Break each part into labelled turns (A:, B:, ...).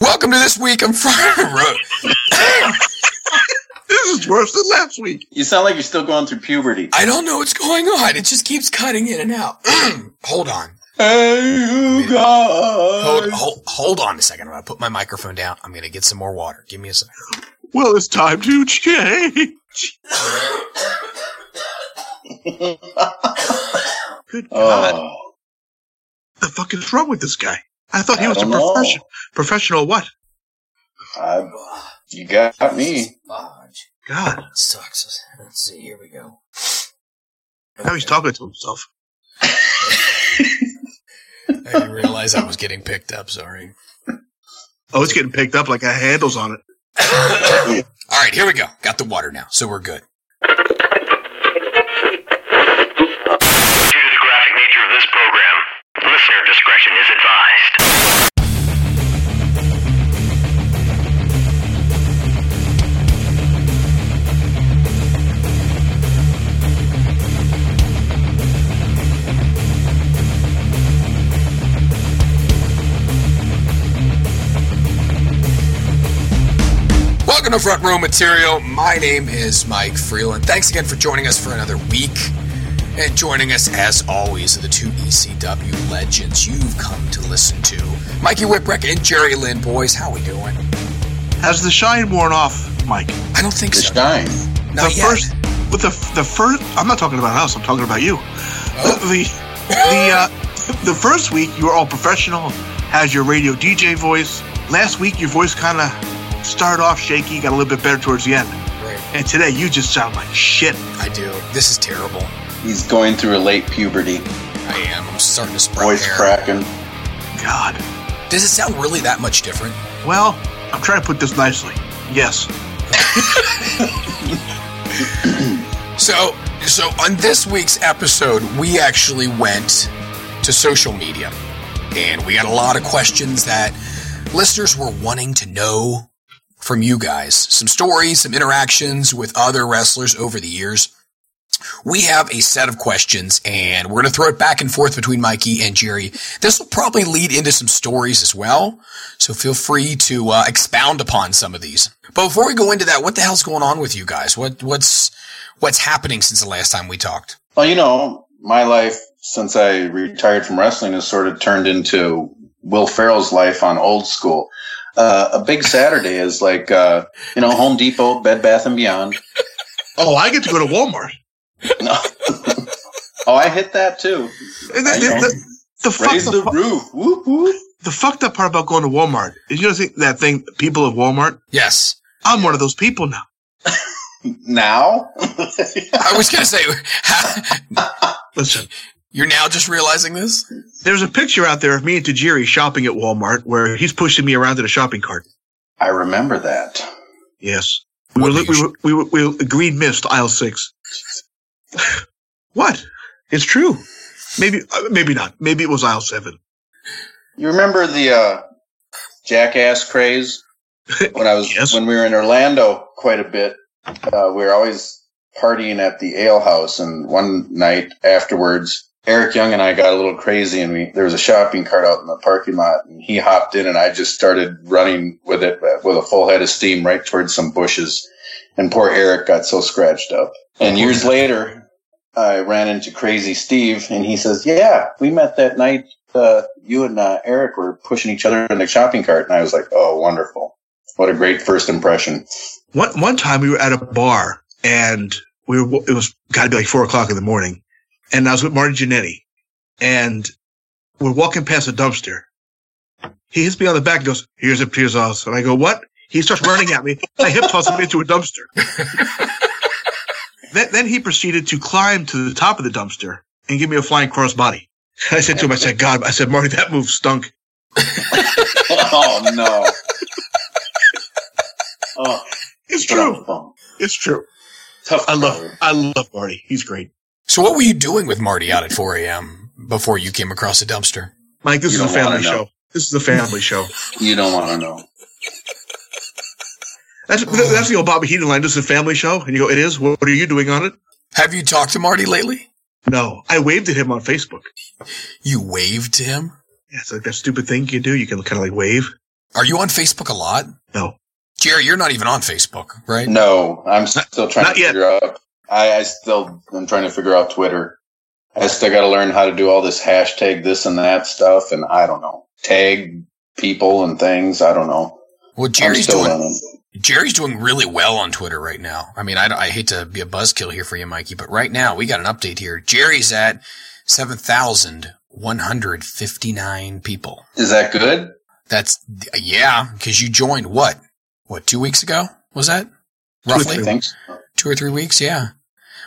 A: welcome to this week on Friday Road.
B: This is worse than last week.
C: You sound like you're still going through puberty.
A: I don't know what's going on. It just keeps cutting in and out. hold on.
C: Hey, you guys.
A: Hold, hold, hold on a second. I'm going to put my microphone down. I'm going to get some more water. Give me a second.
B: Well, it's time to change. Good God.
C: Oh,
B: the fuck is wrong with this guy? I thought he
C: I
B: was a
C: don't know.
B: professional. Professional what?
C: I- you got me.
A: Fudge.
B: God.
A: Sucks. Let's see. Here we go.
B: Now he's talking to himself.
A: I didn't realize I was getting picked up. Sorry.
B: Oh, it's getting picked up like a handle's on it.
A: All right, here we go. Got the water now, so we're good.
D: Due to the graphic nature of this program, listener discretion is advised.
A: Welcome to Front Row Material. My name is Mike Freeland. Thanks again for joining us for another week. And joining us, as always, are the two ECW legends you've come to listen to Mikey Whipwreck and Jerry Lynn. Boys, how we doing?
B: Has the shine worn off, Mike?
A: I don't think
C: The
A: so.
C: shine.
A: Not
B: the
A: yet.
B: first, with the the first. I'm not talking about us. I'm talking about you.
A: Oh.
B: The the uh, the first week you were all professional, had your radio DJ voice. Last week your voice kind of started off shaky, got a little bit better towards the end,
A: Right.
B: and today you just sound like shit.
A: I do. This is terrible.
C: He's going through a late puberty.
A: I am. I'm starting to sprout
C: Voice
A: hair.
C: cracking.
B: God.
A: Does it sound really that much different?
B: Well, I'm trying to put this nicely. Yes.
A: So, so on this week's episode, we actually went to social media, and we got a lot of questions that listeners were wanting to know from you guys. Some stories, some interactions with other wrestlers over the years. We have a set of questions, and we're going to throw it back and forth between Mikey and Jerry. This will probably lead into some stories as well, so feel free to uh, expound upon some of these. But before we go into that, what the hell's going on with you guys? What what's what's happening since the last time we talked.
C: Well, you know, my life since I retired from wrestling has sort of turned into Will Ferrell's life on old school. Uh, a big Saturday is like, uh, you know, Home Depot, Bed Bath and Beyond.
B: Oh, I get to go to Walmart.
C: No. oh, I hit that too.
B: And the, the, the, the fuck
C: Raise the
B: the,
C: roof. Whoop, whoop.
B: the fucked up part about going to Walmart is you know that thing people of Walmart.
A: Yes.
B: I'm one of those people now.
C: Now?
A: I was going to say, ha-
B: Listen,
A: you're now just realizing this?
B: there's a picture out there of me and Tajiri shopping at Walmart where he's pushing me around in a shopping cart.
C: I remember that.
B: Yes. We were,
A: What
B: li-
A: do you
B: we, were, we, were, we were green mist aisle six. what? It's true. Maybe, uh, maybe not. Maybe it was aisle seven.
C: You remember the uh, jackass craze when I was
B: Yes.
C: when we were in Orlando quite a bit. Uh, we were always partying at the ale house, and one night afterwards, Eric Young and I got a little crazy, and we there was a shopping cart out in the parking lot, and he hopped in, and I just started running with it uh, with a full head of steam right towards some bushes, and poor Eric got so scratched up. And years later, I ran into Crazy Steve, and he says, "Yeah, we met that night." uh, you and uh, Eric were pushing each other in the shopping cart, and I was like, "Oh, wonderful! What a great first impression!"
B: One, one time we were at a bar and we were, it was got to be like four o'clock in the morning. And I was with Marty Jannetty and we're walking past a dumpster. He hits me on the back and goes, here's a Piers sauce. And I go, what? He starts running at me. I hip toss him into a dumpster. then, then he proceeded to climb to the top of the dumpster and give me a flying crossbody. I said to him, I said, God, I said, Marty, that move stunk.
C: oh no! Oh,
B: It's
C: get off the
B: true.
C: phone.
B: It's true.
C: Oh, Tough.
B: I love,
C: crowd.
B: I love Marty. He's great.
A: So, what were you doing with Marty out at 4 a.m. before you came across a dumpster?
B: Mike, this
C: You
B: is a
C: don't wanna
B: family
C: know.
B: show. This is a family show.
C: You don't want to know.
B: That's that's the old Bobby Heaton line. This is a family show, and you go, "It is." What, what are you doing on it?
A: Have you talked to Marty lately?
B: No, I waved at him on Facebook.
A: You waved to him?
B: Yeah, it's like that stupid thing you do. You can kind of like wave.
A: Are you on Facebook a lot?
B: No.
A: Jerry, you're not even on Facebook, right?
C: No, I'm still trying
B: not
C: to
B: yet.
C: figure out. I, I still am trying to figure out Twitter. I still got to learn how to do all this hashtag this and that stuff, and I don't know. Tag people and things. I don't know.
A: Well,
C: I'm
A: Jerry's
C: still
A: doing
C: learning.
A: Jerry's doing really well on Twitter right now. I mean, I, I hate to be a buzzkill here for you, Mikey, but right now we got an update here. Jerry's at 7,159 people.
C: Is that good?
A: That's, yeah, because you joined what? What, two weeks ago? Was that? Roughly?
B: three
C: I think so.
A: two or three weeks. Yeah,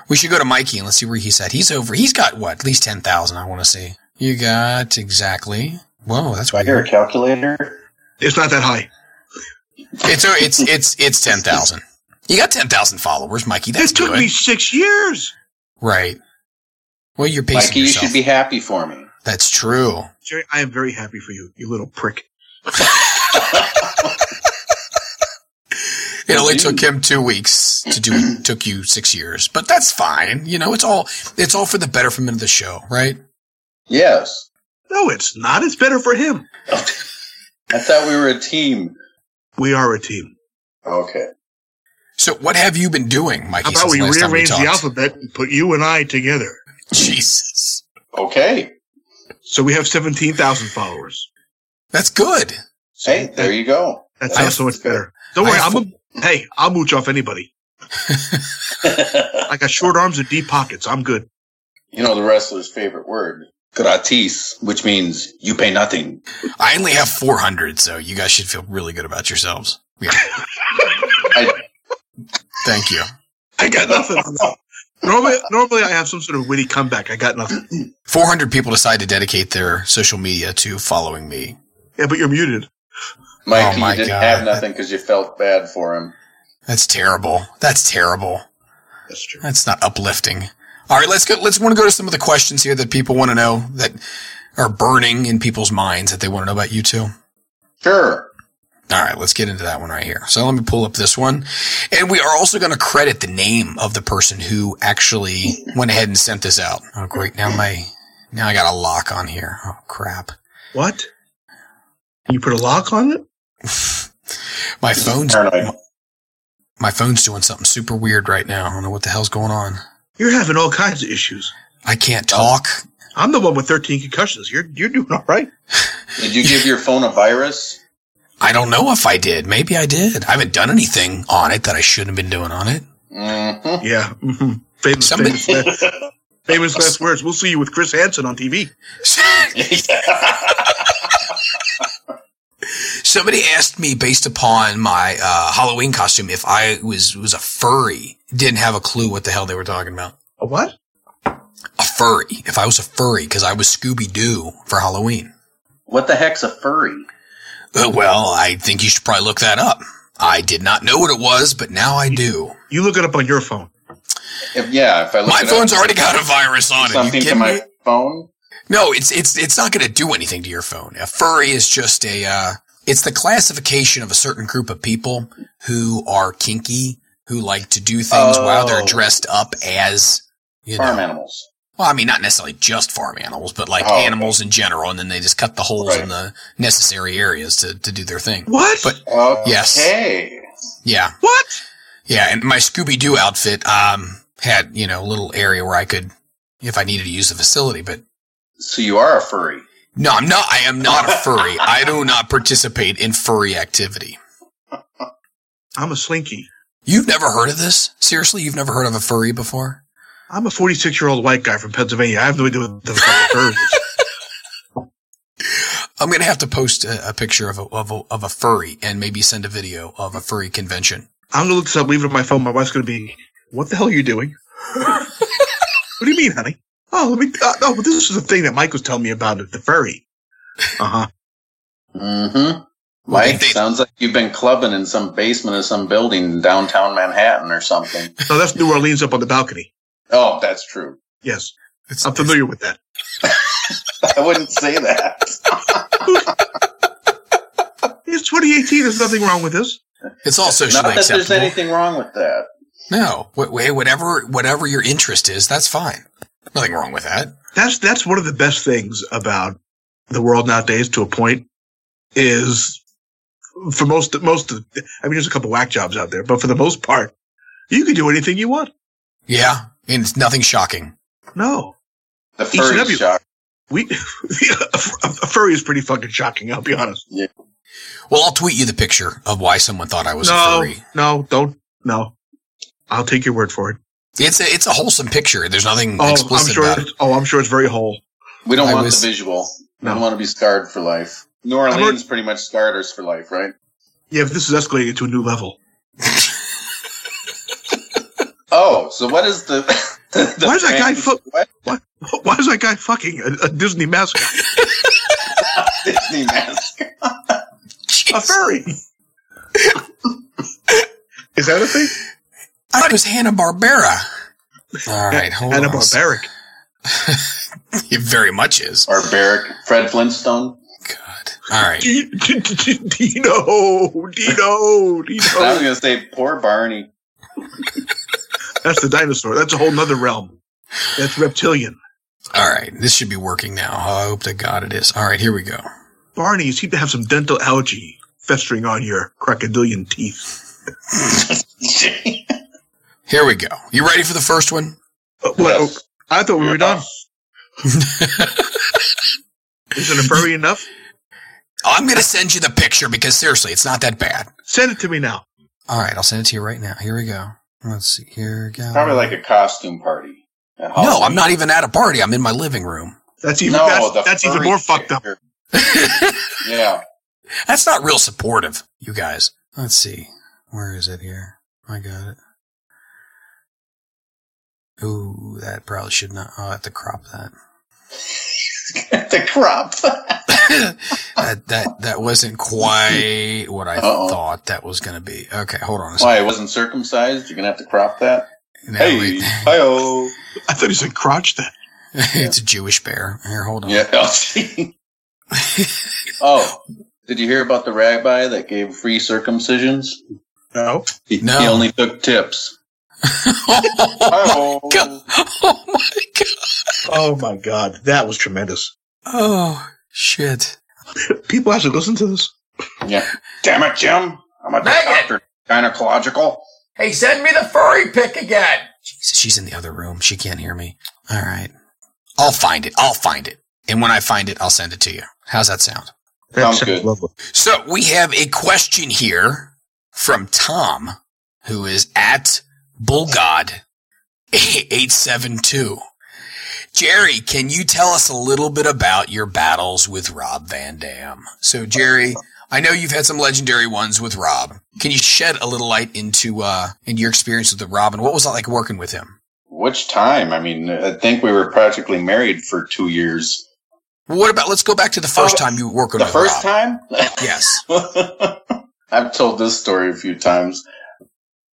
A: we should go to Mikey and let's see where he's at. He's over. He's got what? At least ten thousand. I want to see. You got exactly. Whoa, that's
C: Do I
A: why
C: hear a calculator?
B: It's not that high.
A: it's it's it's it's ten thousand. You got ten thousand followers, Mikey. That's
B: it took
A: good.
B: me six years.
A: right. Well, you're pacing
C: Mikey, you
A: yourself.
C: should be happy for me.
A: that's true.
B: Jerry, I am very happy for you, you little prick.
A: It only
C: Indeed.
A: took him two weeks to do. It took you six years, but that's fine. You know, it's all it's all for the betterment of the show, right?
C: Yes.
B: No, it's not. It's better for him.
C: I thought we were a team.
B: We are a team.
C: Okay.
A: So, what have you been doing, Mikey?
B: How about
A: since
B: we
A: last time
B: rearrange the
A: talked?
B: alphabet and put you and I together?
A: Jesus,
C: Okay.
B: So we have 17,000 followers.
A: that's good.
C: Hey, there you go.
B: That
A: I
B: sounds
A: have-
B: so much better. Don't
A: I
B: worry,
A: have
B: I'm a, hey, I'll mooch off anybody. I got short arms and deep pockets. I'm good.
C: you know the wrestler's favorite word, gratis, which means you pay nothing.
A: I only have 400, so you guys should feel really good about yourselves. Yeah.
C: I,
A: Thank you.
B: I got nothing. normally, normally I have some sort of witty comeback. I got nothing.
A: 400 people decide to dedicate their social media to following me.
B: Yeah, but you're muted.
C: Mikey,
A: Oh, my
C: you didn't
A: God.
C: have nothing because you felt bad for him.
A: That's terrible. That's terrible.
B: That's true.
A: That's not uplifting. All right, let's go. Let's want to go to some of the questions here that people want to know that are burning in people's minds that they want to know about you two.
C: Sure.
A: All right, let's get into that one right here. So let me pull up this one. And we are also going to credit the name of the person who actually went ahead and sent this out. Oh, great. Now my, now I got a lock on here. Oh, crap.
B: What? You put a lock on it?
A: My phone's
C: Paranoid.
A: my phone's doing something super weird right now. I don't know what the hell's going on.
B: You're having all kinds of issues.
A: I can't talk.
B: I'm the one with 13 concussions. You're you're doing all right.
C: Did you give your phone a virus?
A: I don't know if I did. Maybe I did. I haven't done anything on it that I shouldn't have been doing on it.
C: Mm-hmm.
B: Yeah. hmm Famous,
A: Somebody-
B: famous, last, famous last words. We'll see you with Chris Hansen on TV.
A: Somebody asked me based upon my uh, Halloween costume if I was was a furry. Didn't have a clue what the hell they were talking about.
B: A what?
A: A furry. If I was a furry, because I was Scooby Doo for Halloween.
C: what the heck's a furry?
A: Uh, well, I think you should probably look that up. I did not know what it was, but now I do.
B: You look it up on your phone.
C: If, yeah, if I look
A: My
C: it
A: phone's
C: up,
A: already got a virus on it. You
C: something to
A: kidding
C: my
A: me?
C: phone.
A: No, it's it's it's not going to do anything to your phone. A furry is just a uh, it's the classification of a certain group of people who are kinky, who like to do things while they're
C: Oh.
A: dressed up as you know.
C: Farm animals.
A: Well, I mean, not necessarily just farm animals, but like
C: Oh.
A: animals in general, and then they just cut the holes
C: Right.
A: in the necessary areas to to do their thing.
B: What?
A: But-
C: Okay.
A: Yes. Yeah,
B: what?
A: yeah. And my Scooby Doo outfit um had you know a little area where I could if I needed to use the facility, but
C: So you are a furry.
A: No, I'm not. I am not a furry. I do not participate in furry activity.
B: I'm a slinky.
A: You've never heard of this? Seriously, you've never heard of a furry before?
B: I'm a 46 year old white guy from Pennsylvania. I have no idea what the fuck a bird is.
A: I'm gonna have to post a, a picture of a, of a of a furry and maybe send a video of a furry convention.
B: I'm gonna look this up. Leave it on my phone. My wife's gonna be, "What the hell are you doing?" what do you mean, honey? Oh, let me. Uh, no, but this is the thing that Mike was telling me about the furry. Uh huh.
C: Mm-hmm.
A: Well,
C: Mike,
A: they-
C: sounds like you've been clubbing in some basement of some building in downtown Manhattan or something.
B: No, that's New Orleans up on the balcony.
C: Oh, that's true.
B: Yes,
A: It's,
B: I'm familiar with that.
C: I wouldn't say that.
B: It's 2018. There's nothing wrong with this.
A: it's all
C: Not
A: socially
C: that there's
A: acceptable.
C: anything wrong with that.
A: no, wh- wh- whatever whatever your interest is, that's fine. Nothing wrong with that.
B: That's that's one of the best things about the world nowadays. To a point, is for most most of, I mean, there's a couple whack jobs out there, but for the most part, you can do anything you want.
A: Yeah, and it's nothing shocking.
B: No,
C: The furry
B: ECW.
C: shock.
B: we a furry is pretty fucking shocking. I'll be honest.
A: Well, I'll tweet you the picture of why someone thought I was a
B: no,
A: furry.
B: no, don't. No, I'll take your word for it.
A: It's a it's a wholesome picture. There's nothing
B: Oh, I'm
A: explicit
B: sure.
A: about it.
B: It's, oh, I'm sure it's very whole.
C: We don't
A: I
C: want
A: was-
C: the visual. We
B: No.
C: don't want to be scarred for life. New
B: heard-
C: Orleans pretty much scarred us for life, right?
B: Yeah, but this is escalating to a new level.
C: Oh, so what is the? the
B: Why is that guy
C: brand-
B: fu-
C: what?
B: Why, why is that guy fucking a, a Disney mascot?
C: Disney mask?
B: A
A: Jeez.
B: furry. is that a thing?
A: I thought it was Hanna Barbera. All right, hold
B: And a
A: on.
B: barbaric.
A: It very much is.
C: Barbaric Fred Flintstone.
A: God. All right.
B: Dino, Dino,
C: I was
B: Dino.
C: gonna say poor Barney.
B: That's the dinosaur. That's a whole nother realm. That's reptilian.
A: All right. This should be working now. I hope to God it is. All right, here we go.
B: Barney, you seem to have some dental algae festering on your crocodilian teeth.
A: Here we go. You ready for the first one?
B: Uh, what-
C: Yes.
B: I thought we were done. Isn't a furry enough?
A: I'm going to send you the picture because seriously, it's not that bad.
B: Send it to me now.
A: All right, I'll send it to you right now. Here we go. Let's see. Here we go.
C: Probably like a costume party. at
A: No,
C: Halloween.
A: I'm not even at a party. I'm in my living room.
B: That's even
C: No, the
B: that's, that's even
C: furry
B: more fucked up.
C: picture. yeah,
A: That's not real supportive, you guys. Let's see. Where is it here? I got it. Ooh, that probably should not. I'll have to crop that.
C: the crop.
A: that that that wasn't quite what I
C: Uh-oh.
A: thought that was going to be. Okay, hold on a second.
C: Why it wasn't circumcised? You're gonna have to crop that.
A: Now
C: Hey,
A: wait.
C: hi
B: I thought he said crotch then.
A: it's a Jewish bear. Here, hold on.
C: Yeah. I'll see. oh, did you hear about the rabbi that gave free circumcisions?
B: No.
C: He,
A: No.
C: he only took tips.
A: oh, my
C: Oh,
A: God. oh my god!
B: Oh my god, that was tremendous.
A: Oh shit!
B: People actually listen to this.
C: yeah. Damn it, Jim! I'm a
A: Dang
C: doctor. Gynecological.
A: Hey, send me the furry pick again. Jesus, she's in the other room. She can't hear me. All right, I'll find it. I'll find it, and when I find it, I'll send it to you. How's that sound?
B: That
C: Sounds
B: sounds
C: good.
B: lovely.
A: So we have a question here from Tom, who is at Bullgod eight seven two. Jerry, can you tell us a little bit about your battles with Rob Van Dam? So Jerry, I know you've had some legendary ones with Rob. Can you shed a little light into uh into your experience with the Rob and what was it like working with him?
C: Which time? I mean, I think we were practically married for two years.
A: What about let's go back to the first time you were working
C: The
A: with
C: first
A: Rob.
C: time?
A: Yes.
C: I've told this story a few times.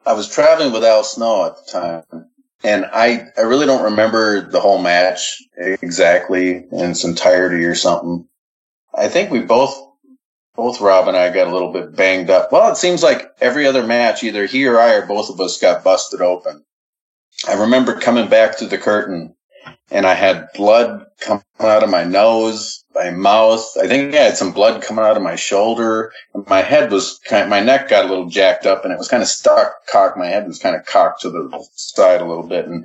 C: I was traveling with Al Snow at the time, and I, I really don't remember the whole match exactly in its entirety or something. I think we both, both Rob and I got a little bit banged up. Well, it seems like every other match, either he or I or both of us got busted open. I remember coming back to the curtain and I had blood coming out of my nose, my mouth. I think I had some blood coming out of my shoulder my head was kind my neck got a little jacked up and it was kind of stuck cocked my head was kind of cocked to the side a little bit and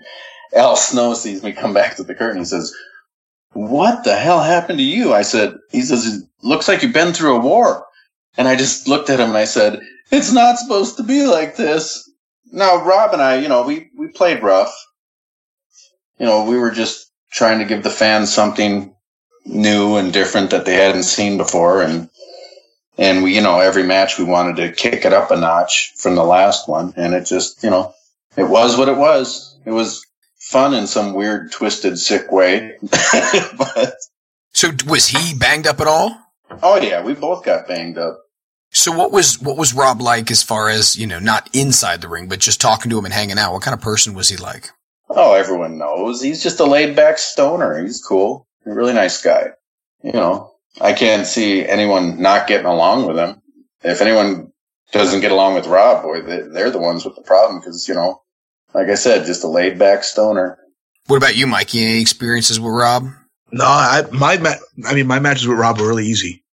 C: al snow sees me come back to the curtain and says what the hell happened to you i said he says it looks like you've been through a war and i just looked at him and i said it's not supposed to be like this now rob and i you know we we played rough you know we were just trying to give the fans something new and different that they hadn't seen before and and we, you know, every match we wanted to kick it up a notch from the last one. And it just, you know, it was what it was. It was fun in some weird, twisted, sick way. but,
A: So was he banged up at all?
C: oh yeah, we both got banged up.
A: So what was what was Rob like as far as you know, not inside the ring, but just talking to him and hanging out? What kind of person was he like?
C: Oh, everyone knows. He's just a laid back stoner. He's cool. A really nice guy. You know, I can't see anyone not getting along with him. If anyone doesn't get along with Rob, boy, they- they're the ones with the problem because, you know, like I said, just a laid back stoner.
A: What about you, Mikey? Any experiences with Rob?
B: No, I my ma- I mean my matches with Rob were really easy.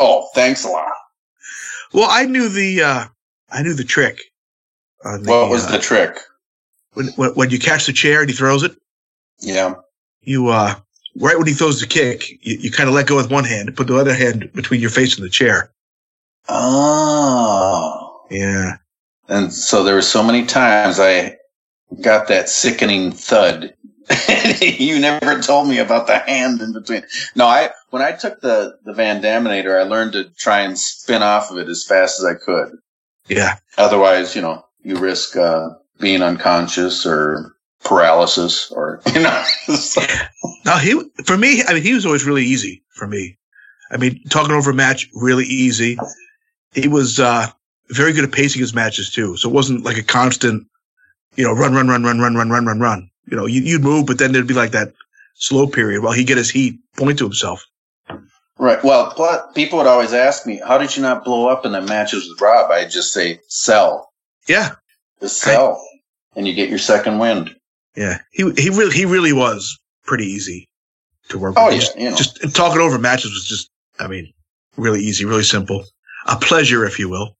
C: Oh, thanks a lot.
B: Well, I knew the uh, I knew the trick. on the,
C: What was
B: uh,
C: the trick?
B: when, when, when you catch the chair and he throws it?
C: Yeah.
B: You uh, right when he throws the kick, you, you kind of let go with one hand, put the other hand between your face and the chair.
C: Oh.
B: Yeah,
C: And so there were so many times I got that sickening thud. you never told me about the hand in between. No, I when I took the the Van Daminator, I learned to try and spin off of it as fast as I could.
B: yeah,
C: Otherwise, you know, you risk uh, being unconscious or paralysis or you know. it's like-
B: No, he for me. I mean, he was always really easy for me. I mean, talking over a match, really easy. He was uh, very good at pacing his matches too, so it wasn't like a constant, you know, run, run, run, run, run, run, run, run, run. You know, you, you'd move, but then there'd be like that slow period while he'd get his heat, point to himself.
C: right. Well, pl- people would always ask me, "How did you not blow up in the matches with Rob?" I just say, "Sell,
B: Yeah,
C: just sell," and you get your second wind.
B: yeah. He he really he really was pretty easy to work
C: Oh
B: with.
C: yeah,
B: Just,
C: you know.
B: just and talking over matches was just, I mean, really easy, really simple, a pleasure, if you will.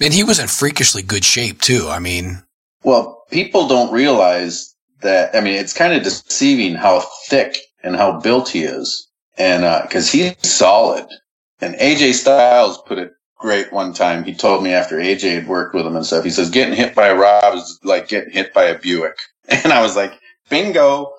A: And he was in freakishly good shape too. I mean,
C: Well, people don't realize that. I mean, it's kind of deceiving how thick and how built he is, and because he's solid. And AJ Styles put it great one time. He told me after AJ had worked with him and stuff, he says, "Getting hit by a Rob is like getting hit by a Buick," and I was like, "Bingo."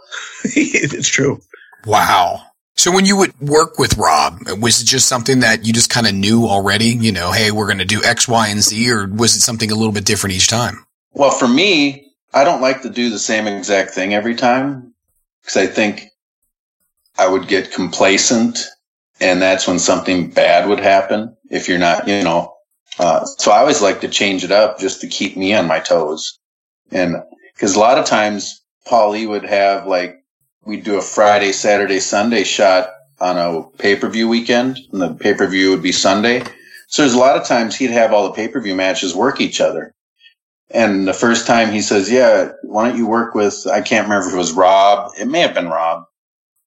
B: it's true.
A: wow. So when you would work with Rob, was it just something that you just kind of knew already? You know, hey, we're going to do X, Y, and Z, or was it something a little bit different each time?
C: Well, for me, I don't like to do the same exact thing every time because I think I would get complacent, and that's when something bad would happen if you're not, you know. Uh, so I always like to change it up just to keep me on my toes, and because a lot of times Paulie would have like we'd do a Friday, Saturday, Sunday shot on a pay per view weekend, and the pay per view would be Sunday. So there's a lot of times he'd have all the pay per view matches work each other. And the first time he says, "Yeah, why don't you work with?" I can't remember if it was Rob. It may have been Rob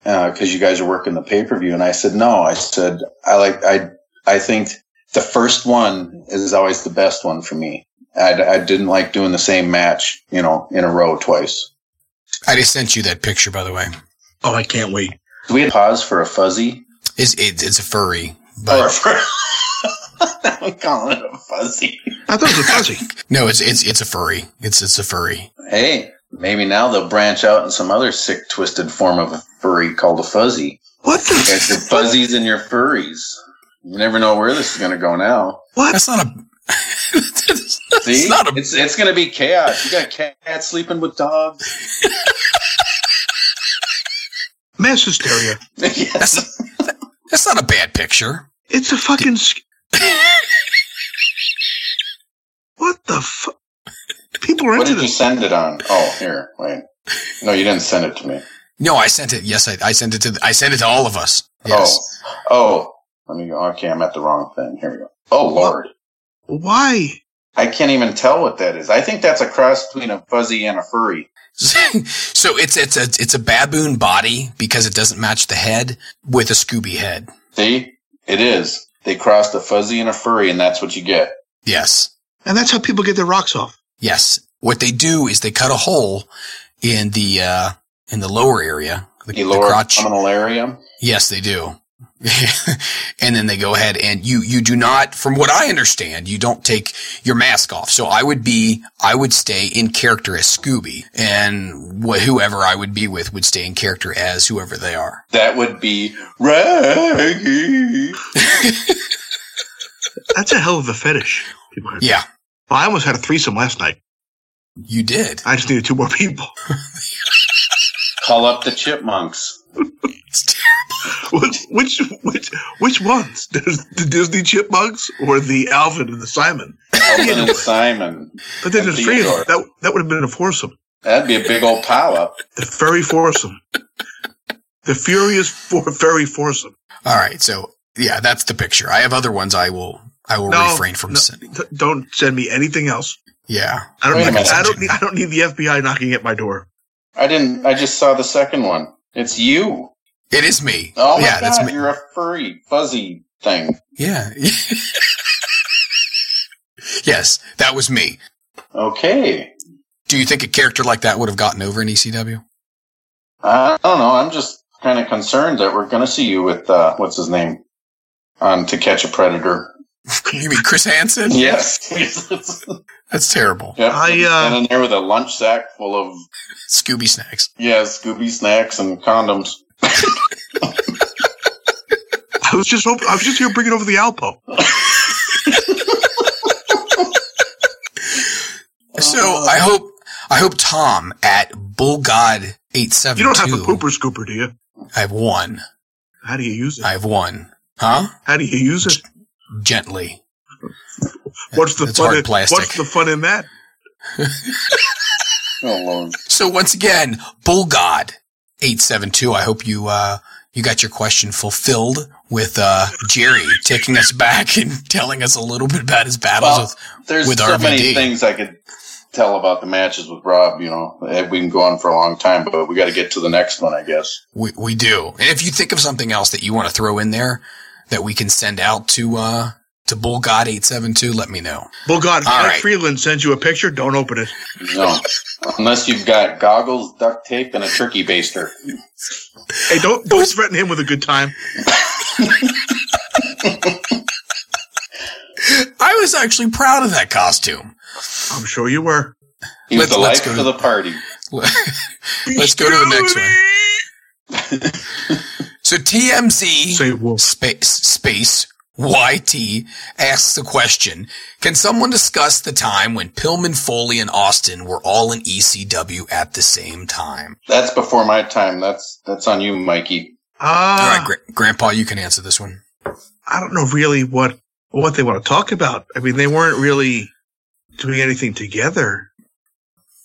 C: because you guys are working the pay per view. And I said, "No." I said, "I like I I think the first one is always the best one for me. I, I didn't like doing the same match, you know, in a row twice.
A: I just sent you that picture, by the way.
B: Oh, I can't wait.
C: We had pause for a fuzzy
A: It's, it, it's a furry,
C: or a
A: but
C: fur- I'm calling it a fuzzy.
B: I thought it was a fuzzy.
A: no, it's it's it's a furry. It's it's a furry.
C: Hey, maybe now they'll branch out in some other sick, twisted form of a furry called a fuzzy."
B: What the?
C: You got your
B: fuck?
C: fuzzies and your furries. You never know where this is going to go now.
B: What?
A: That's not a.
C: See, it's
A: not a-
C: it's, going to be chaos. You got cats sleeping with dogs.
B: Mass hysteria.
C: yes.
A: that's not a bad picture.
B: It's a fucking. Sk- what the fuck? People are
C: What
B: into
C: did you
B: this.
C: send it on? Oh, here, wait. No, you didn't send it to me.
A: No, I sent it. Yes, I, I sent it to. I sent it to all of us. Yes.
C: Oh, oh. Let me go. Okay, I'm at the wrong thing. Here we go. Oh lord,
B: Why?
C: I can't even tell what that is. I think that's a cross between a fuzzy and a furry.
A: so it's it's a it's a baboon body because it doesn't match the head with a Scooby head.
C: See, it is. They crossed a fuzzy and a furry, and that's what you get.
A: Yes.
B: And that's how people get their rocks off.
A: Yes. What they do is they cut a hole in the uh in the lower area, the,
C: The
A: the
C: lower
A: crotch.
C: abdominal area.
A: Yes, they do. and then they go ahead and you you do not from what I understand, you don't take your mask off. So I would be I would stay in character as Scooby and wh- whoever I would be with would stay in character as whoever they are.
C: That would be Raggy.
B: That's a hell of a fetish. People are-
A: Yeah,
B: Well, I almost had a threesome last night.
A: you did.
B: I just needed two more people.
C: Call up the chipmunks.
B: which, which, which, which ones? There's the Disney chipmunks or the Alvin and the Simon?
C: Elvin and Simon.
B: But then there's three of them. That, that would have been a foursome.
C: That'd be a big old pow up.
B: The furry foursome. The furious for- furry foursome.
A: All right, so yeah, that's the picture. I have other ones I will I will
B: No,
A: refrain from
B: no.
A: sending.
B: D- don't send me anything else.
A: Yeah.
B: I don't.
C: Wait a
B: Need,
C: minute.
B: I don't. Need, I don't need the FBI knocking at my door.
C: I didn't. I just saw the second one. It's you.
A: It is me.
C: Oh my
A: yeah,
C: god,
A: that's me.
C: you're a furry, fuzzy thing.
A: Yeah. Yes, that was me.
C: Okay.
A: Do you think a character like that would have gotten over in E ECW?
C: I don't know. I'm just kind of concerned that we're going to see you with uh, what's his name on To Catch a Predator.
A: you mean Chris Hansen?
C: Yes.
A: That's terrible.
C: yep.
B: I, uh,
C: and in there with a lunch sack full of
A: Scooby snacks.
C: yeah, Scooby snacks and condoms.
B: I was just hoping, I was just here bringing over the Alpo.
A: So
B: Uh.
A: I hope I hope Tom at Bull God eight seven two.
B: You don't have a pooper scooper, do you?
A: I have one.
B: How do you use it?
A: I have one. Huh?
B: How do you use it?
A: Gently.
B: What's the
A: It's
B: fun?
A: hard
B: in,
A: plastic.
B: What's the fun in that?
C: Oh Lord.
A: So once again, Bull God eight seven two. I hope you uh you got your question fulfilled with uh Jerry taking us back and telling us a little bit about his battles
C: Well,
A: with
C: There's
A: with
C: so many
A: RVD.
C: things I could tell about the matches with Rob. You know, Eh, we can go on for a long time, but we got to get to the next one, I guess.
A: We, we do. And if you think of something else that you want to throw in there that we can send out to, uh, to Bull God 872, let me know.
B: Well, God,
A: All
B: Mike
A: right.
B: Freeland sends you a picture. Don't open it.
C: No, unless you've got goggles, duct tape, and a turkey baster.
B: Hey, don't don't threaten him with a good time.
A: I was actually proud of that costume.
B: I'm sure you were.
C: He was
A: Let's-
C: the
A: let's
C: life
A: go to-
C: of the party.
A: Let's go to the next one. So TMZ
B: Say wolf.
A: space, space YT asks the question, can someone discuss the time when Pillman, Foley, and Austin were all in ECW at the same time?
C: That's before my time. That's that's on you, Mikey.
A: All right,
B: Ah,
A: Gra- Grandpa, you can answer this one.
B: I don't know really what what they want to talk about. I mean, they weren't really doing anything together.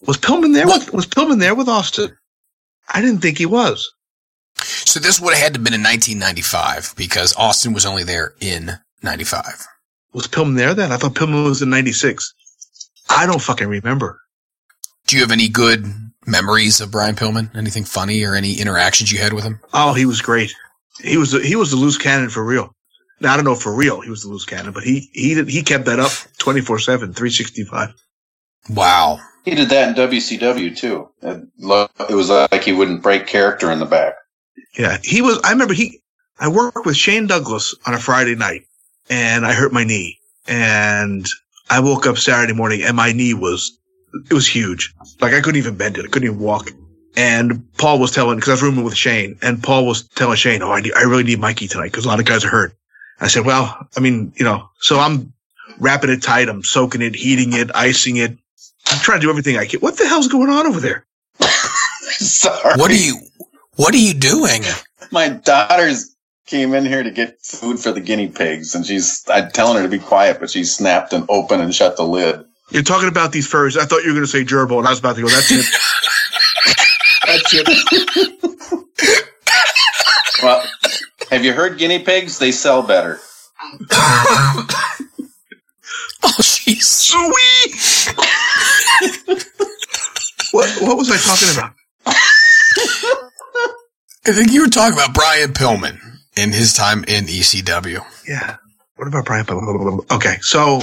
B: Was Pillman there? With, was Pillman there with Austin? I didn't think he was.
A: So this would have had to been in 1995 because Austin was only there in 95.
B: Was Pillman there then? I thought Pillman was in '96. I don't fucking remember.
A: Do you have any good memories of Brian Pillman? Anything funny or any interactions you had with him?
B: Oh, he was great. He was he was the loose cannon for real. Now, I don't know if for real he was the loose cannon, but he he did, he kept that up 24/7, 365.
A: Wow.
C: He did that in WCW too. It lo- it was like he wouldn't break character in the back.
B: Yeah, he was. I remember he. I worked with Shane Douglas on a Friday night, and I hurt my knee, and I woke up Saturday morning, and my knee was it was huge. Like I couldn't even bend it. I couldn't even walk. And Paul was telling because I was rooming with Shane, and Paul was telling Shane, "Oh, I need, I really need Mikey tonight because a lot of guys are hurt." I said, "Well, I mean, you know, so I'm wrapping it tight. I'm soaking it, heating it, icing it. I'm trying to do everything I can. What the hell's going on over there?"
C: Sorry,
A: What are you What are you doing?
C: my daughters came in here to get food for the guinea pigs, and she's I'm telling her to be quiet, but she snapped and opened and shut the lid.
B: You're talking about these furries. I thought you were going to say gerbil, and I was about to go. That's it. That's it.
C: Well, have you heard guinea pigs? They sell better.
A: Oh, jeez.
B: Sweet. what what was I talking about?
A: I think you were talking about Brian Pillman and his time in E ECW.
B: Yeah. What about Brian? Blah, blah, blah, blah, blah. Okay. So,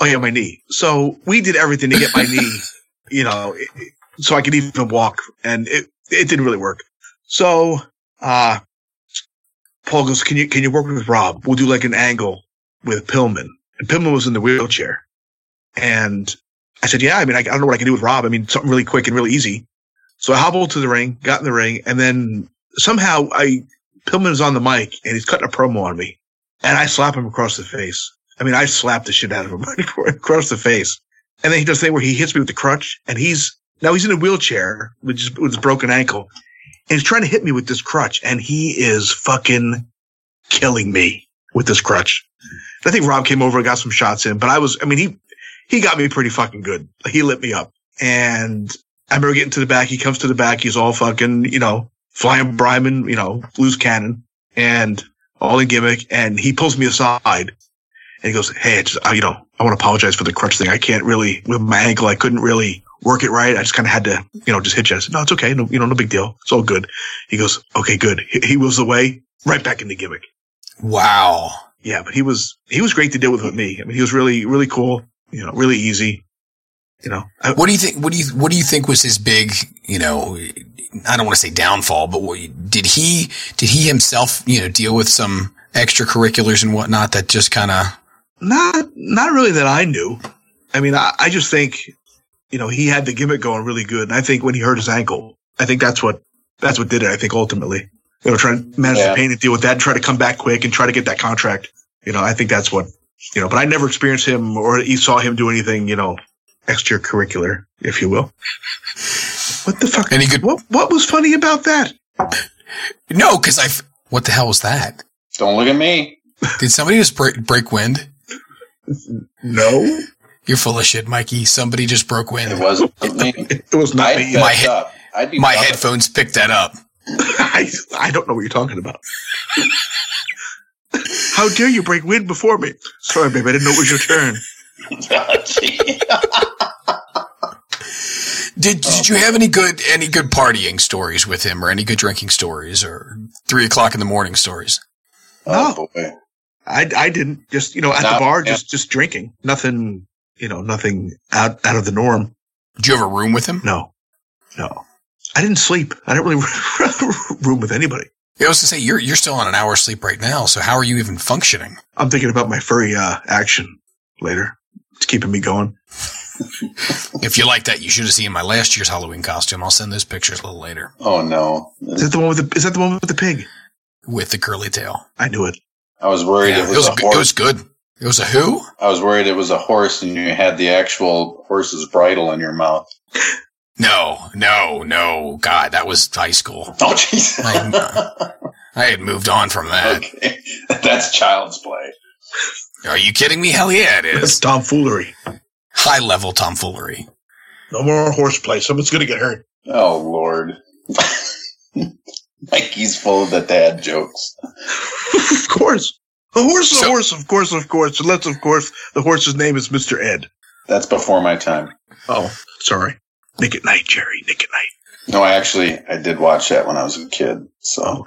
B: oh yeah, my knee. So we did everything to get my knee, you know, it- it- so I could even walk, and it it didn't really work. So, uh, Paul goes, "Can you can you work with Rob? We'll do like an angle with Pillman." And Pillman was in the wheelchair, and I said, "Yeah, I mean, I, I don't know what I can do with Rob. I mean, something really quick and really easy." So I hobbled to the ring, got in the ring, and then somehow I Pillman's on the mic and he's cutting a promo on me and I slap him across the face. I mean, I slapped the shit out of him across the face. And then he does the thing where he hits me with the crutch and he's now he's in a wheelchair with just with his broken ankle and he's trying to hit me with this crutch and he is fucking killing me with this crutch. And I think Rob came over and got some shots in, but I was, I mean, he, he got me pretty fucking good. He lit me up and I remember getting to the back. He comes to the back. He's all fucking, you know, flying Bryman, you know, loose cannon and all in gimmick, and he pulls me aside and he goes, "Hey, I just, I, you know, I want to apologize for the crutch thing. I can't really with my ankle. I couldn't really work it right. I just kind of had to, you know, just hit you." I said, "No, it's okay. No, you know, no big deal. It's all good." He goes, "Okay, good." He, he was away, right back into gimmick.
A: Wow.
B: Yeah, but he was he was great to deal with with me. I mean, he was really really cool. you know, really easy. You know, I,
A: What do you think? What do you What do you think was his big? You know, I don't want to say downfall, but what, did he did he himself you know deal with some extracurriculars and whatnot that just kind of
B: not not really that I knew. I mean, I, I just think, you know, he had the gimmick going really good, and I think when he hurt his ankle, I think that's what that's what did it. I think ultimately, you know, trying to manage
C: Yeah.
B: the pain and deal with that, and try to come back quick and try to get that contract. You know, I think that's what you know. But I never experienced him or he saw him do anything, you know, extracurricular, if you will. What the fuck?
A: any good?
B: What what was funny about that?
A: No, because I. f- What the hell was that?
C: Don't look at me.
A: Did somebody just break, break wind?
B: No,
A: You're full of shit, Mikey. Somebody just broke
C: It
A: wind.
C: wasn't me.
B: it was not
C: I'd
B: me.
C: fessed
A: My head-
C: up. I'd be
A: My
C: fucking-
A: headphones picked that up.
B: I, I don't know what you're talking about. How dare you break wind before me? Sorry, babe, I didn't know it was your turn.
A: Did Did you have any good any good partying stories with him, or any good drinking stories, or three o'clock in the morning stories?
C: oh boy.
B: I, I didn't just you know at
C: No,
B: the bar
C: yeah.
B: just just drinking nothing you know nothing out out of the norm.
A: Did you have a room with him?
B: No, no, I didn't sleep. I didn't really room with anybody.
A: I was to say you're you're still on an hour's sleep right now, so how are you even functioning?
B: I'm thinking about my furry uh, action later. It's keeping me going.
A: If you like that, you should have seen my last year's Halloween costume. I'll send those pictures a little later
C: Oh no.
B: Is that the one with the Is that the one with the pig?
A: with the curly tail.
B: I knew it.
C: I was worried
A: Yeah,
C: it was a
A: good-
C: horse.
A: it was good. It was a who?
C: I was worried it was a horse and you had the actual horse's bridle in your mouth.
A: No, no, no. God, that was high school.
C: Oh jeez.
A: Like- I had moved on from that.
C: okay. That's child's play.
A: Are you kidding me? Hell yeah, it
B: It's
A: is.
B: tomfoolery.
A: High level tomfoolery.
B: No more horseplay. Someone's gonna get hurt.
C: Oh lord. Mikey's full of the dad jokes.
B: of course. A horse, is
A: So-
B: a horse, of course, of course. Unless, of course, the horse's name is Mr. Ed.
C: That's before my time.
B: Oh, sorry. Nick at Night, Jerry. Nick at Night.
C: No, I actually I did watch that when I was a kid.
B: Oh,
C: So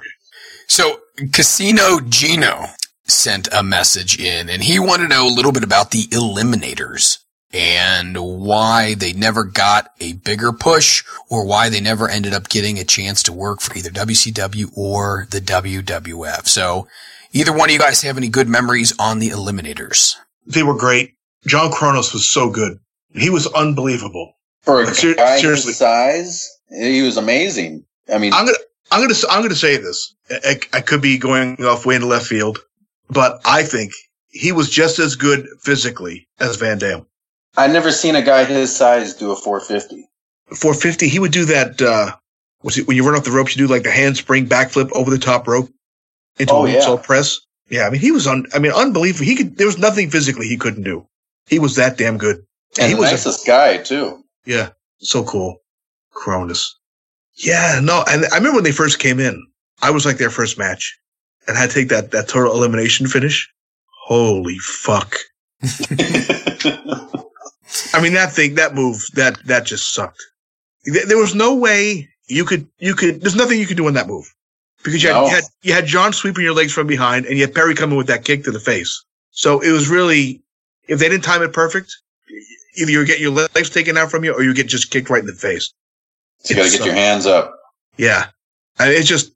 A: So, Casino Gino sent a message in, and he wanted to know a little bit about the Eliminators and why they never got a bigger push or why they never ended up getting a chance to work for either WCW or the WWF. So, either one of you guys have any good memories on the Eliminators?
B: They were great. John Kronos was so good. He was unbelievable.
C: for a
B: Ser-
C: guy
B: seriously.
C: his size, he was amazing. I mean,
B: I'm gonna, I'm gonna, I'm gonna say this. I, I I could be going off way into left field, but I think he was just as good physically as Van Dam.
C: I've never seen a guy his size do a 450.
B: 450, he would do that. Uh, was it when you run off the ropes, you do like the handspring backflip over the top rope into
C: Oh,
B: a
C: yeah.
B: moonsault press? Yeah, I mean, he was on, I mean, unbelievable. He could, there was nothing physically he couldn't do. He was that damn good.
C: And
B: he
C: the
B: was, a-
C: nicest guy too.
B: yeah, so cool. Cronus. Yeah, no, and I remember when they first came in, I was like their first match and had to take that, that total elimination finish. Holy fuck. I mean, that thing, that move, that, that just sucked. There there was no way you could, you could, there's nothing you could do on that move because you, had,
C: No.
B: you had, you had John sweeping your legs from behind and you had Perry coming with that kick to the face. So it was really, if they didn't time it perfect, e-, either you were getting your legs taken out from you or you get just kicked right in the face.
C: you got to get your hands up.
B: Yeah. I mean, it just,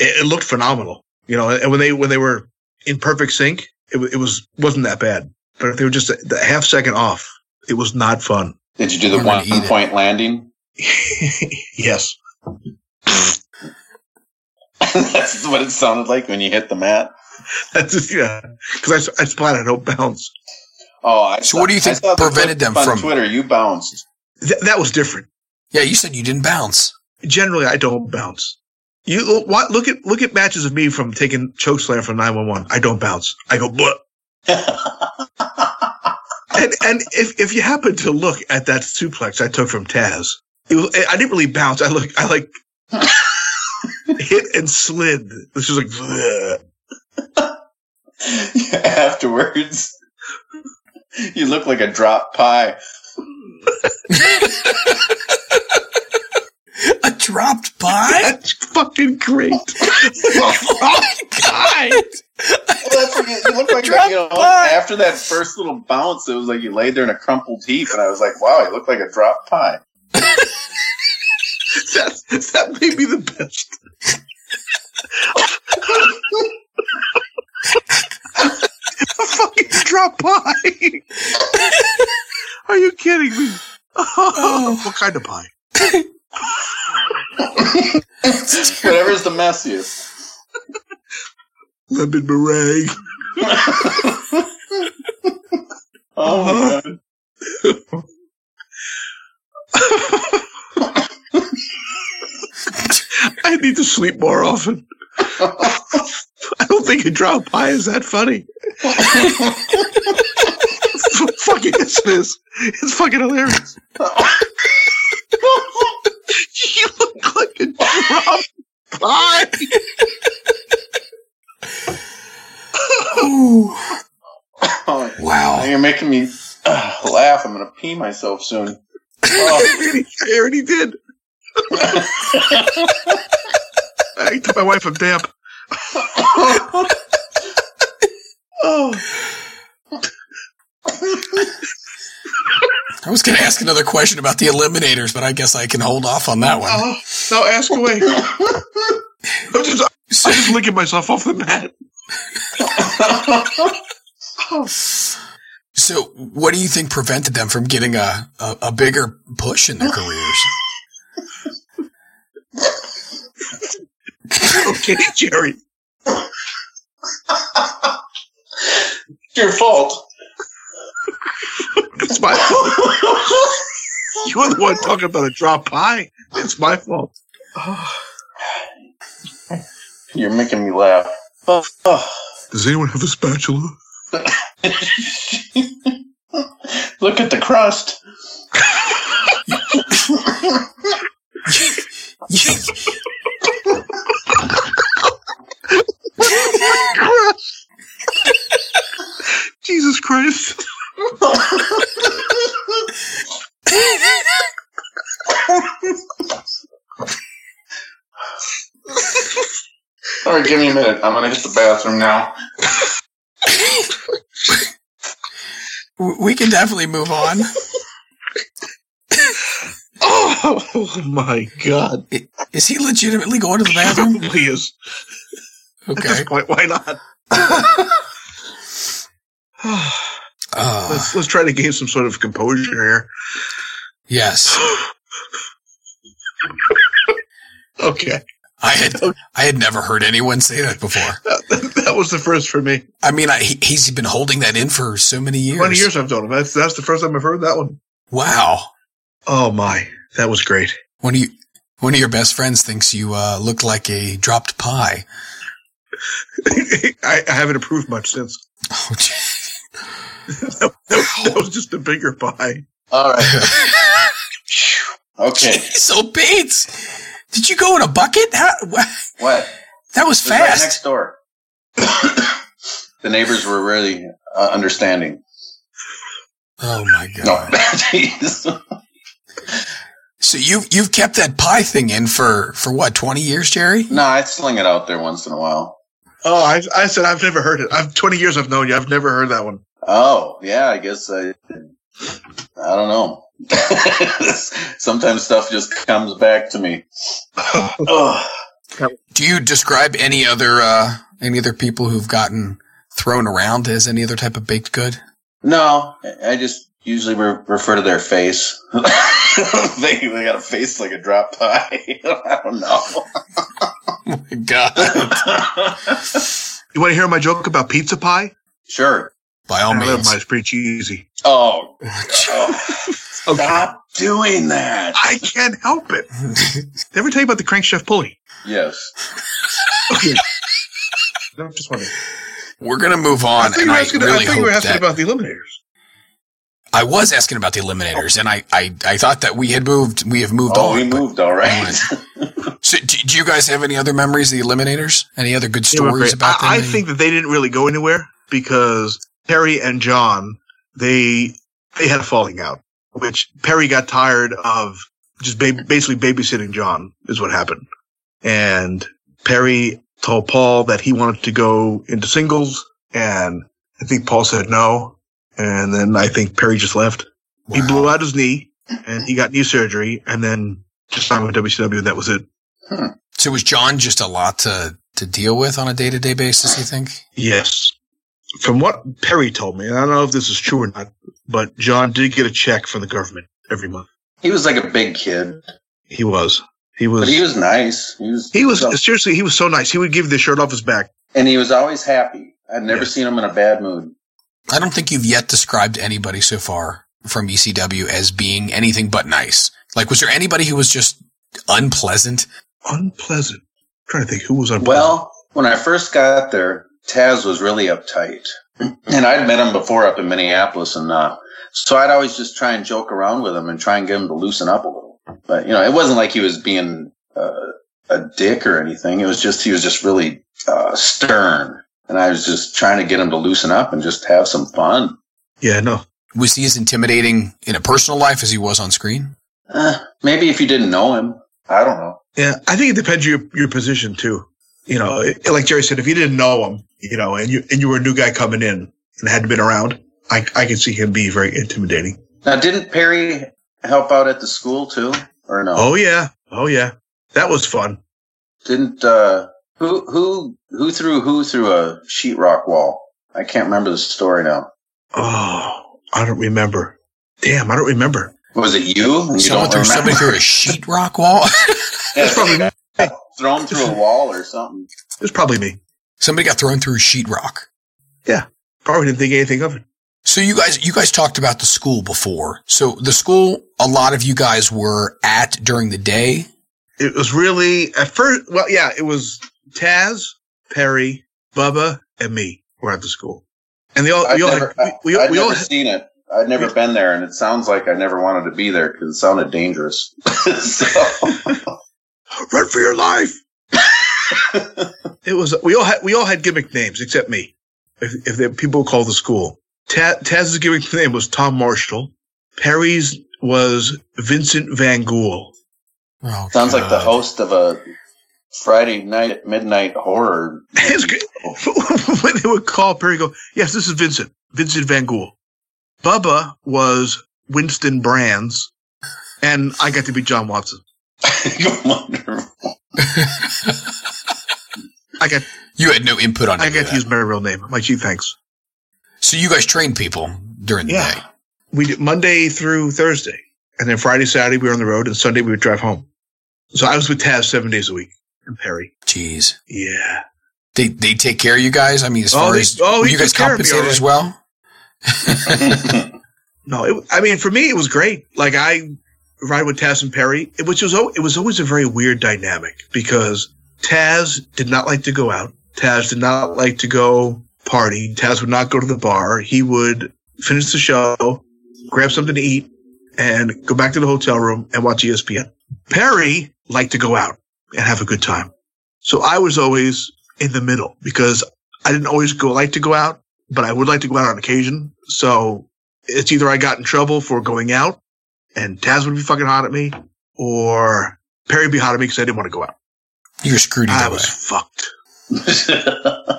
B: it, it looked phenomenal, you know, and when they, when they were in perfect sync, it, wa- it was, wasn't that bad, but if they were just a, the half second off, it was not fun.
C: Did you do the
A: I'm gonna
C: one
A: eat it.
C: point landing?
B: yes.
C: That's what it sounded like when you hit the mat.
B: That's just, yeah. Cause I, I splatted no bounce.
C: Oh, I
A: So what do you
C: I
A: think
C: saw the
A: prevented
C: clip
A: them
C: on
A: from-
C: Twitter? You bounced.
B: Th- that was different.
A: Yeah, you said you didn't bounce.
B: Generally, I don't bounce. You lo- what, look at, look at matches of me from taking chokeslam from 911. I don't bounce. I go, what? And, and if, if you happen to look at that suplex I took from Taz, it was, I didn't really bounce. I look, I like hit and slid. This was like, "Bleh."
C: Afterwards, you look like a drop pie.
A: I dropped by?
B: that's fucking great.
A: oh my god!
C: Well, that's what you, you look like.
E: Drunk
C: you know,
E: pie.
C: after that first little bounce, it was like you laid there in a crumpled heap, and I was like, "Wow, I look like a drop pie."
B: That, that may be the best. a fucking drop pie. Are you kidding me? What kind of pie?
C: Whatever's the messiest.
B: Lemon meringue.
C: Oh my god!
B: I need to sleep more often. I don't think a drop pie is that funny. F- fucking yes, it is. It's fucking hilarious. you look like a drop pie.
A: Ooh.
C: Oh,
A: Wow.
C: you're making me uh, laugh. I'm gonna pee myself soon. Oh,
B: I already did. I took my wife up damp. oh,
A: I was going to ask another question about the eliminators, but I guess I can hold off on that one.
B: oh, now ask away. I'm just, I'm just licking myself off the mat.
A: So, what do you think prevented them from getting a, a, a bigger push in their careers?
B: Okay, Jerry.
C: it's your fault.
B: It's my fault. You're the one talking about a drop pie. It's my fault.
C: You're making me laugh. Oh, oh.
B: Does anyone have a spatula?
C: Look at the crust.
B: Jesus Christ.
C: All right, give me a minute. I'm gonna hit the bathroom now.
A: W- we can definitely move on.
B: Oh my God.
A: I- Is he legitimately going to the bathroom?
B: Probably is. At
A: Okay.
B: this point, why not?
A: Uh,
B: let's, let's try to gain some sort of composure here.
A: yes.
B: Okay.
A: I had I had never heard anyone say that before.
B: That was the first for me.
A: I mean, I, he, he's been holding that in for so many years.
B: 20 years I've done them. That's, that's the first time I've heard that one.
A: Wow.
B: Oh my. That was great.
A: One of you, one of your best friends thinks you uh, look like a dropped pie.
B: I, I haven't improved much since.
A: Oh, gee.
B: That was just a bigger pie.
C: All right. Okay.
A: so Bates, did you go in a bucket? How, wha-
C: What?
A: that was
C: It was right
A: fast.
C: next door. the neighbors were really uh, understanding.
A: Oh my god.
C: No, jeez.
A: So you've you've kept that pie thing in for for what twenty years, Jerry?
C: no, I sling it out there once in a while.
B: Oh, I, I said I've never heard it. I've 20 years I've known you. I've never heard that one.
C: Oh, yeah. I guess I. I don't know. Sometimes stuff just comes back to me. Ugh.
A: Do you describe any other uh, any other people who've gotten thrown around as any other type of baked good?
C: No, I I just usually re- refer to their face. they, they got a face like a drop pie. I don't
A: God,
C: know.
B: You want to hear my joke about pizza pie?
C: sure.
A: by all
B: I love
A: means.
B: mine. It's pretty cheesy.
C: Oh, oh, stop doing that.
B: I can't help it. Did I ever tell you about the crank chef pulley?
C: Yes.
B: Okay. I'm just wondering.
A: We're gonna move
B: I
A: on.
B: thought you
A: and
B: were
A: I,
B: asking, I
A: really
B: thought you were
A: hope
B: asking
A: that-
B: about the eliminators.
A: I was asking about the eliminators, and I, I, I thought that we had moved. We have moved
C: Oh,
A: on.
C: we
A: but-
C: moved all right.
A: So, do, do you guys have any other memories of the eliminators? Any other good
B: They were
A: stories
B: great.
A: about them?
B: I, I
A: that you-
B: think that they didn't really go anywhere because Perry and John they they had a falling out, which Perry got tired of just ba- basically babysitting John is what happened, and Perry told Paul that he wanted to go into singles, and I think Paul said no. And then I think Perry just left. He
A: Wow.
B: blew out his knee, and he got knee surgery, and then just signed with WCW. and That was it.
A: So was John just a lot to to deal with on a day to day basis? You think?
B: Yes. From what Perry told me, and I don't know if this is true or not, but John did get a check from the government every month.
C: He was like a big kid,
B: He was. He
C: but
B: was.
C: he was nice. He was,
B: He was seriously. He was so nice. He would give the shirt off his back.
C: and he was always happy. I'd never
B: Yes.
C: seen him in a bad mood.
A: I don't think you've yet described anybody so far from ECW as being anything but nice. Like, was there anybody who was just unpleasant?
B: Unpleasant. I'm trying to think who was unpleasant.
C: Well, when I first got there, Taz was really uptight, and I'd met him before up in Minneapolis, and uh, so I'd always just try and joke around with him and try and get him to loosen up a little. But you know, it wasn't like he was being uh, a dick or anything. It was just he was just really uh, stern, and I was just trying to get him to loosen up and just have some fun.
B: yeah, no.
A: Was he as intimidating in a personal life as he was on screen?
C: Uh, maybe if you didn't know him, I don't know.
B: Yeah, I think it depends your your position too. You know, it- like Jerry said, if you didn't know him, you know, and you and you were a new guy coming in and hadn't been around, I I could see him be very intimidating.
C: Now, didn't Perry help out at the school too, or no?
B: Oh yeah, oh yeah, that was fun.
C: Didn't uh, who who who threw who through a sheetrock wall? I can't remember the story now.
B: Oh, I don't remember. Damn, I don't remember.
C: Was it you? You
A: Someone threw somebody through a sheetrock wall.
C: Yeah,
B: It's probably me.
C: throw him through a wall or something.
B: It's probably me.
A: somebody got thrown through sheetrock.
B: Probably didn't think anything of it.
A: So you guys, you guys talked about the school before. So the school, a lot of you guys were at during the day.
B: It was really at first. Well, yeah, it was Taz, Perry, Bubba, and me were at the school, and they all
C: I've
B: we all
C: never,
B: had, we, we,
C: I'd
B: we all
C: never seen it. I'd never been there, and it sounds like I never wanted to be there because it sounded dangerous. so,
B: run for your life. it was we all had we all had gimmick names except me. If, if the people called the school, Ta- Taz's gimmick name was Tom Marshall. Perry's was Vincent Van Gool.
A: Oh,
C: sounds like the
A: God.
C: host of a Friday night at midnight horror.
B: It's great. when they would call Perry, go, yes, this is Vincent, Vincent Van Gool. Bubba was Winston Brands, and I got to be John Watson.
C: Wonderful.
B: I got
A: You had no input on
B: I
A: any of
B: got to
A: that.
B: use my real name. My gee, thanks.
A: So you guys trained people during the
B: Yeah.
A: day.
B: We did Monday through Thursday, and then Friday, Saturday we were on the road, and Sunday we would drive home. So I was with Taz seven days a week and Perry.
A: Jeez.
B: Yeah,
A: They, they take care of you guys. I mean, as
B: Oh,
A: far
B: they-
A: as,
B: oh,
A: were
B: he
A: you guys
B: took care of me
A: compensated
B: all
A: as well?
B: no, it, I mean for me it was great. Like I ride with Taz and Perry, it, which was al- it was always a very weird dynamic because Taz did not like to go out. Taz did not like to go party. Taz would not go to the bar. He would finish the show, grab something to eat, and go back to the hotel room and watch E ESPN. Perry liked to go out and have a good time. So I was always in the middle because I didn't always go like to go out, but I would like to go out on occasion. So it's either I got in trouble for going out and Taz would be fucking hot at me or Perry would be hot at me because I didn't want to go out.
A: You were screwed either
B: I was
A: way.
B: fucked.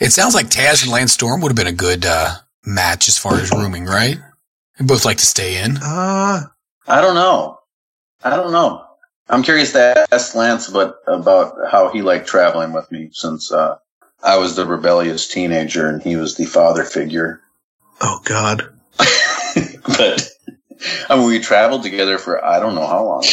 A: It sounds like Taz and Lance Storm would have been a good uh, match as far as rooming, right? They both like to stay in.
B: Uh,
C: I don't know. I don't know. I'm curious to ask Lance about, about how he liked traveling with me since uh, I was the rebellious teenager and he was the father figure.
B: oh God.
C: but I mean, we traveled together for I don't know how long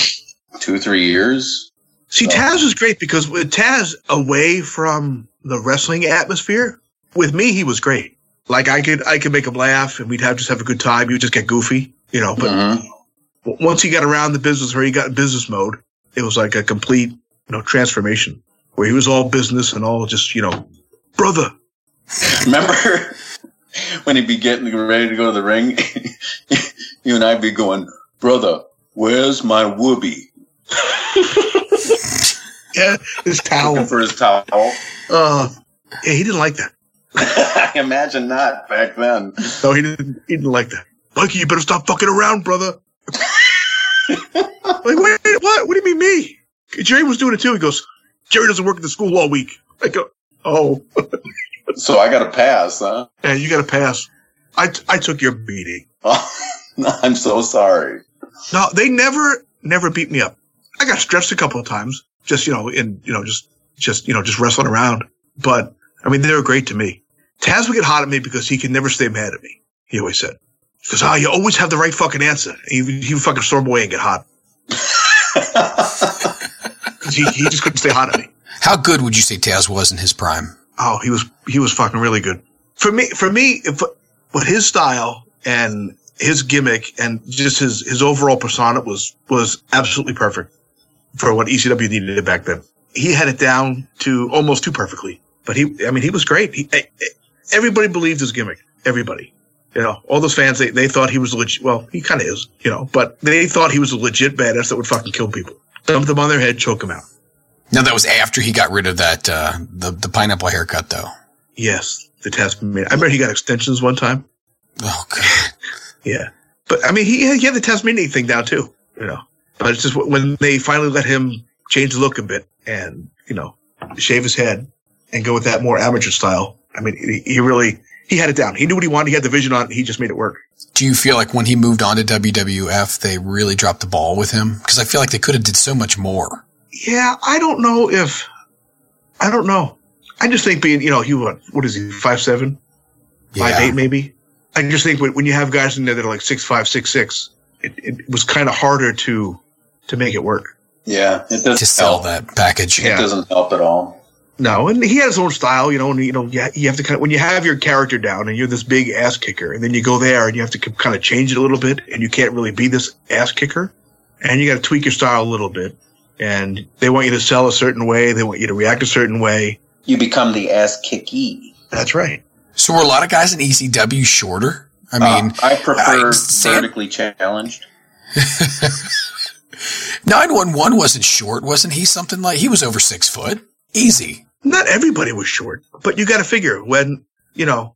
C: two, three years.
B: See,
C: Oh.
B: Taz was great because with Taz away from the wrestling atmosphere, with me, he was great. Like I could, I could make him laugh and we'd have just have a good time. He would just get goofy, you know, but
C: Mhm.
B: w- once he got around the business where he got in business mode, it was like a complete, you know, transformation where he was all business and all just, you know, brother.
C: Remember when he'd be getting ready to go to the ring? you and I'd be going, Brother, where's my whoopee?
B: Yeah. His
C: Looking
B: towel.
C: for his towel.
B: Uh, yeah, he didn't like that.
C: I imagine not back then.
B: No, he didn't. He didn't like that. Mikey, you better stop fucking around, brother. like, wait, what? What do you mean me? Jerry was doing it too. He goes, Jerry doesn't work at the school all week. I go, oh,
C: So I got a pass, huh?
B: yeah, you got to pass. I, I took your beating.
C: Oh, I'm so sorry.
B: No, they never, never beat me up. I got stretched a couple of times, just, you know, in, you know, just, just, you know, just wrestling around. But I mean, they were great to me. Taz would get hot at me because he can never stay mad at me. He always said, because, ah, you always have the right fucking answer. He, would- he would fucking storm away and get hot because he, he just couldn't stay hot at me.
A: How good would you say Taz was in his prime?
B: Oh, he was, he was fucking really good for me. For me, if, but his style and his gimmick and just his, his overall persona was, was absolutely perfect. for what ECW needed back then. He had it down to almost too perfectly. But he, I mean, he was great. He, eh, eh, everybody believed his gimmick. Everybody, you know, all those fans, they, they thought he was legit. Well, he kind of is, you know, but they thought he was a legit badass that would fucking kill people, dump them on their head, choke them out.
A: Now that was after he got rid of that uh, the the pineapple haircut, though.
B: Yes, the task man. I remember he got extensions one time.
A: Oh god,
B: Yeah, but I mean, he, had- he had the Tasmanian thing down too, you know. But it's just wh- when they finally let him change the look a bit and you know shave his head and go with that more amateur style. I mean, he, he really he had it down. He knew what he wanted. He had the vision on. it. He just made it work.
A: do you feel like when he moved on to WWF, they really dropped the ball with him? Because I feel like they could have did so much more.
B: Yeah, I don't know if I don't know. I just think being you know he what what is he five seven
A: Yeah,
B: five eight maybe. I just think when when you have guys in there that are like six five six six, it, it was kind of harder to to make it work.
C: Yeah, it doesn't
A: to sell
C: help.
A: that package.
B: Yeah.
C: It doesn't help at all.
B: No, and he has his own style, you know. And you know, yeah, you have to kind of when you have your character down, and you're this big ass kicker, and then you go there and you have to kind of change it a little bit, and you can't really be this ass kicker, and you got to tweak your style a little bit, and they want you to sell a certain way, they want you to react a certain way.
C: You become the ass kicky.
B: That's right.
A: So were a lot of guys in ECW shorter? I
B: Uh-huh.
A: mean,
C: Uh, I prefer
A: I- Sam-
C: vertically challenged.
A: nine one one wasn't short, wasn't he? Something like he was over six foot, easy.
B: Not everybody was short, but you got to figure when you know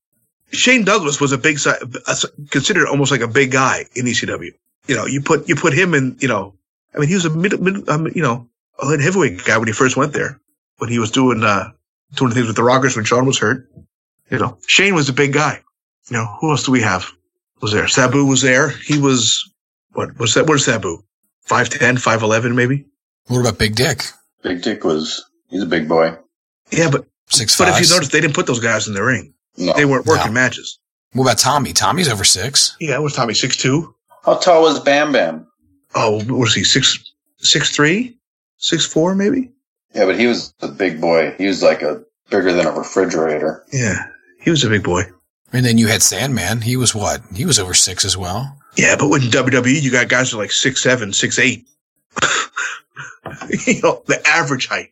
B: Shane Douglas was a big si- a s- considered almost like a big guy in ECW. You know, you put you put him in. You know, I mean, he was a middle, middle um, you know, a light heavyweight guy when he first went there. When he was doing uh doing things with the Rockers when Sean was hurt. You know, Shane was a big guy. You know, who else do we have? Was there Sabu? Was there? He was what? What's that? Where's Sabu? 5'10", 5'11", maybe.
A: What about Big Dick?
C: Big Dick was he's a big boy.
B: Yeah, but
A: Six
B: but if
A: fives?
B: you notice, they didn't put those guys in the ring.
C: No.
B: They weren't working
A: No.
B: matches.
A: what about Tommy? Tommy's over six.
B: Oh, Yeah, it was Tommy six two.
C: How tall was Bam Bam?
B: Oh, what was he six six three, six four maybe?
C: Yeah, but he was a big boy. He was like a bigger than a refrigerator.
B: Yeah, he was a big boy.
A: And then you had Sandman. He was what? He was over six as well.
B: Yeah, but with WWE, E, you got guys who are like six seven, six eight. you know, the average height.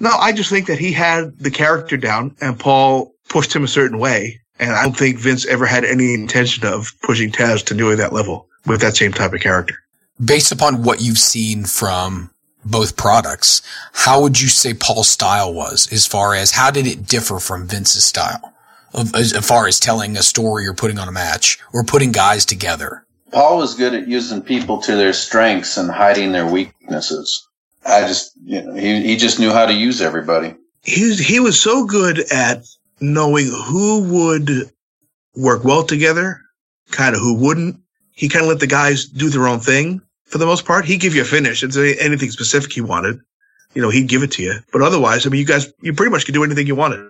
B: No, I just think that he had the character down, and Paul pushed him a certain way. And I don't think Vince ever had any intention of pushing Taz to nearly that level with that same type of character.
A: Based upon what you've seen from both products, how would you say Paul's style was as far as how did it differ from Vince's style? Of- As as far as telling a story or putting on a match or putting guys together.
C: Paul was good at using people to their strengths and hiding their weaknesses. I just, you know, he, he just knew how to use everybody.
B: he was, he was so good at knowing who would work well together, kind of who wouldn't. He kind of let the guys do their own thing for the most part. He'd give you a finish. It's a- anything specific he wanted. You know, he'd give it to you. But otherwise, I mean, you guys, you pretty much could do anything you wanted.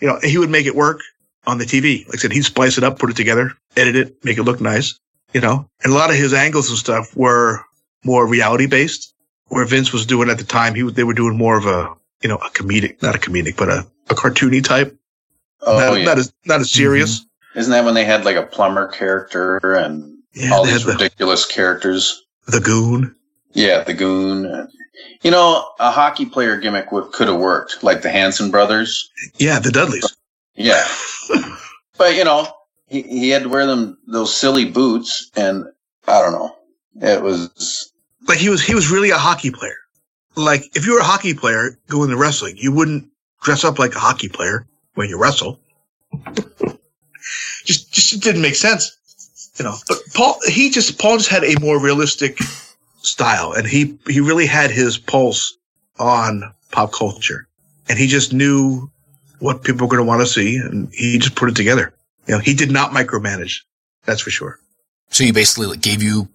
B: You know, he would make it work on the TV. Like I said, he'd splice it up, put it together, edit it, make it look nice, you know? And a lot of his angles and stuff were more reality based, where Vince was doing at the time, he, they were doing more of a, you know, a comedic, not a comedic, but a, a cartoony type.
C: Oh,
B: not,
C: yeah.
B: not as not as serious.
C: Isn't that when they had like a plumber character and
B: Yeah,
C: Mm-hmm. all
B: they had
C: these
B: the,
C: ridiculous characters?
B: the goon.
C: Yeah, the goon. You know, a hockey player gimmick would, could have worked, like the Hanson brothers.
B: Yeah, the Dudleys.
C: Yeah. but you know, he, he had to wear them those silly boots and I don't know. It was
B: Like he was he was really a hockey player. Like if you were a hockey player going to wrestling, you wouldn't dress up like a hockey player when you wrestle. just just it didn't make sense. You know. But Paul he just Paul just had a more realistic style and he he really had his pulse on pop culture. And he just knew what people are going to want to see, and he just put it together. You know, he did not micromanage. That's for sure.
A: So he basically like, gave you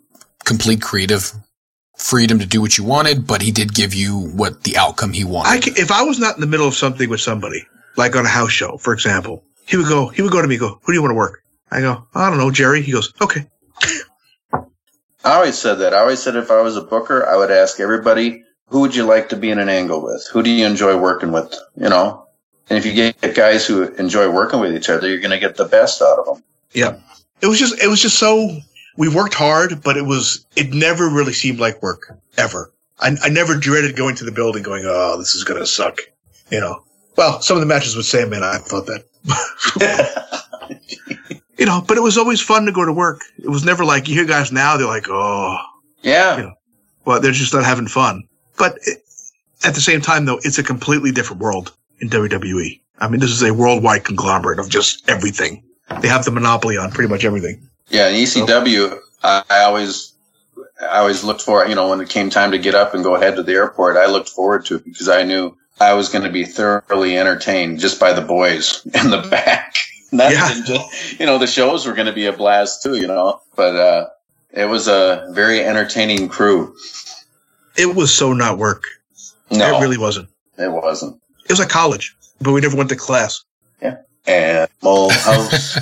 A: complete creative freedom to do what you wanted, but he did give you what the outcome he wanted.
B: I can, if I was not in the middle of something with somebody, like on a house show, for example, he would go, he would go to me, and go, who do you want to work? I go, I don't know, Jerry. He goes, okay.
C: I always said that. I always said if I was a booker, I would ask everybody, who would you like to be in an angle with? Who do you enjoy working with? You know? And if you get guys who enjoy working with each other, you're going to get the best out of them.
B: Yeah. It was just, it was just so, we worked hard, but it was, it never really seemed like work ever. I, I never dreaded going to the building going, oh, this is going to suck. You know, well, some of the matches with Sandman, I thought that, you know, but it was always fun to go to work. It was never like you hear guys now, they're like, oh,
C: yeah.
B: well, they're just not having fun. But it, at the same time, though, it's a completely different world in WWE. I mean, this is a worldwide conglomerate of just everything. They have the monopoly on pretty much everything.
C: Yeah. In ECW, I, I always, I always looked for, you know, when it came time to get up and go head to the airport, I looked forward to it because I knew I was going to be thoroughly entertained just by the boys in the back. Not
B: Mm-hmm. Yeah.
C: even just, you know, the shows were going to be a blast too, you know, but, uh, it was a very entertaining crew.
B: It was so not work.
C: No,
B: It really wasn't.
C: it wasn't.
B: It was like college, but we never went to class.
C: Animal House.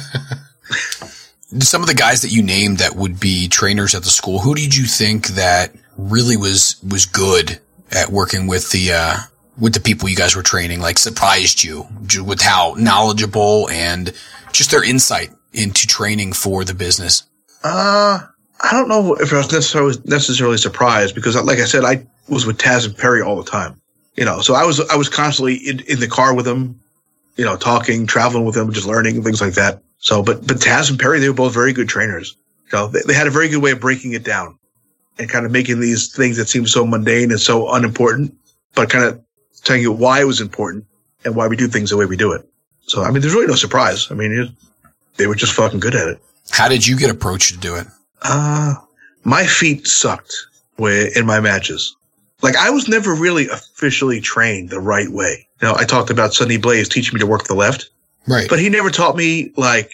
A: Some of the guys that you named that would be trainers at the school, who did you think that really was was good at working with the uh with the people you guys were training? Like surprised you ju- with how knowledgeable and just their insight into training for the business.
B: Uh, I don't know if I was necessarily, necessarily surprised because, like I said, I was with Taz and Perry all the time. You know, so I was I was constantly in, in the car with them, you know, talking, traveling with them, just learning things like that. So, but but Taz and Perry, they were both very good trainers. So they, they had a very good way of breaking it down and kind of making these things that seem so mundane and so unimportant, but kind of telling you why it was important and why we do things the way we do it. So, I mean, there's really no surprise. I mean, it, they were just fucking good at it.
A: How did you get approached to do it?
B: Uh, my feet sucked wi- in my matches. Like I was never really officially trained the right way. You know, I talked about Sonny Blaze teaching me to work the left,
A: Right.
B: but he never taught me like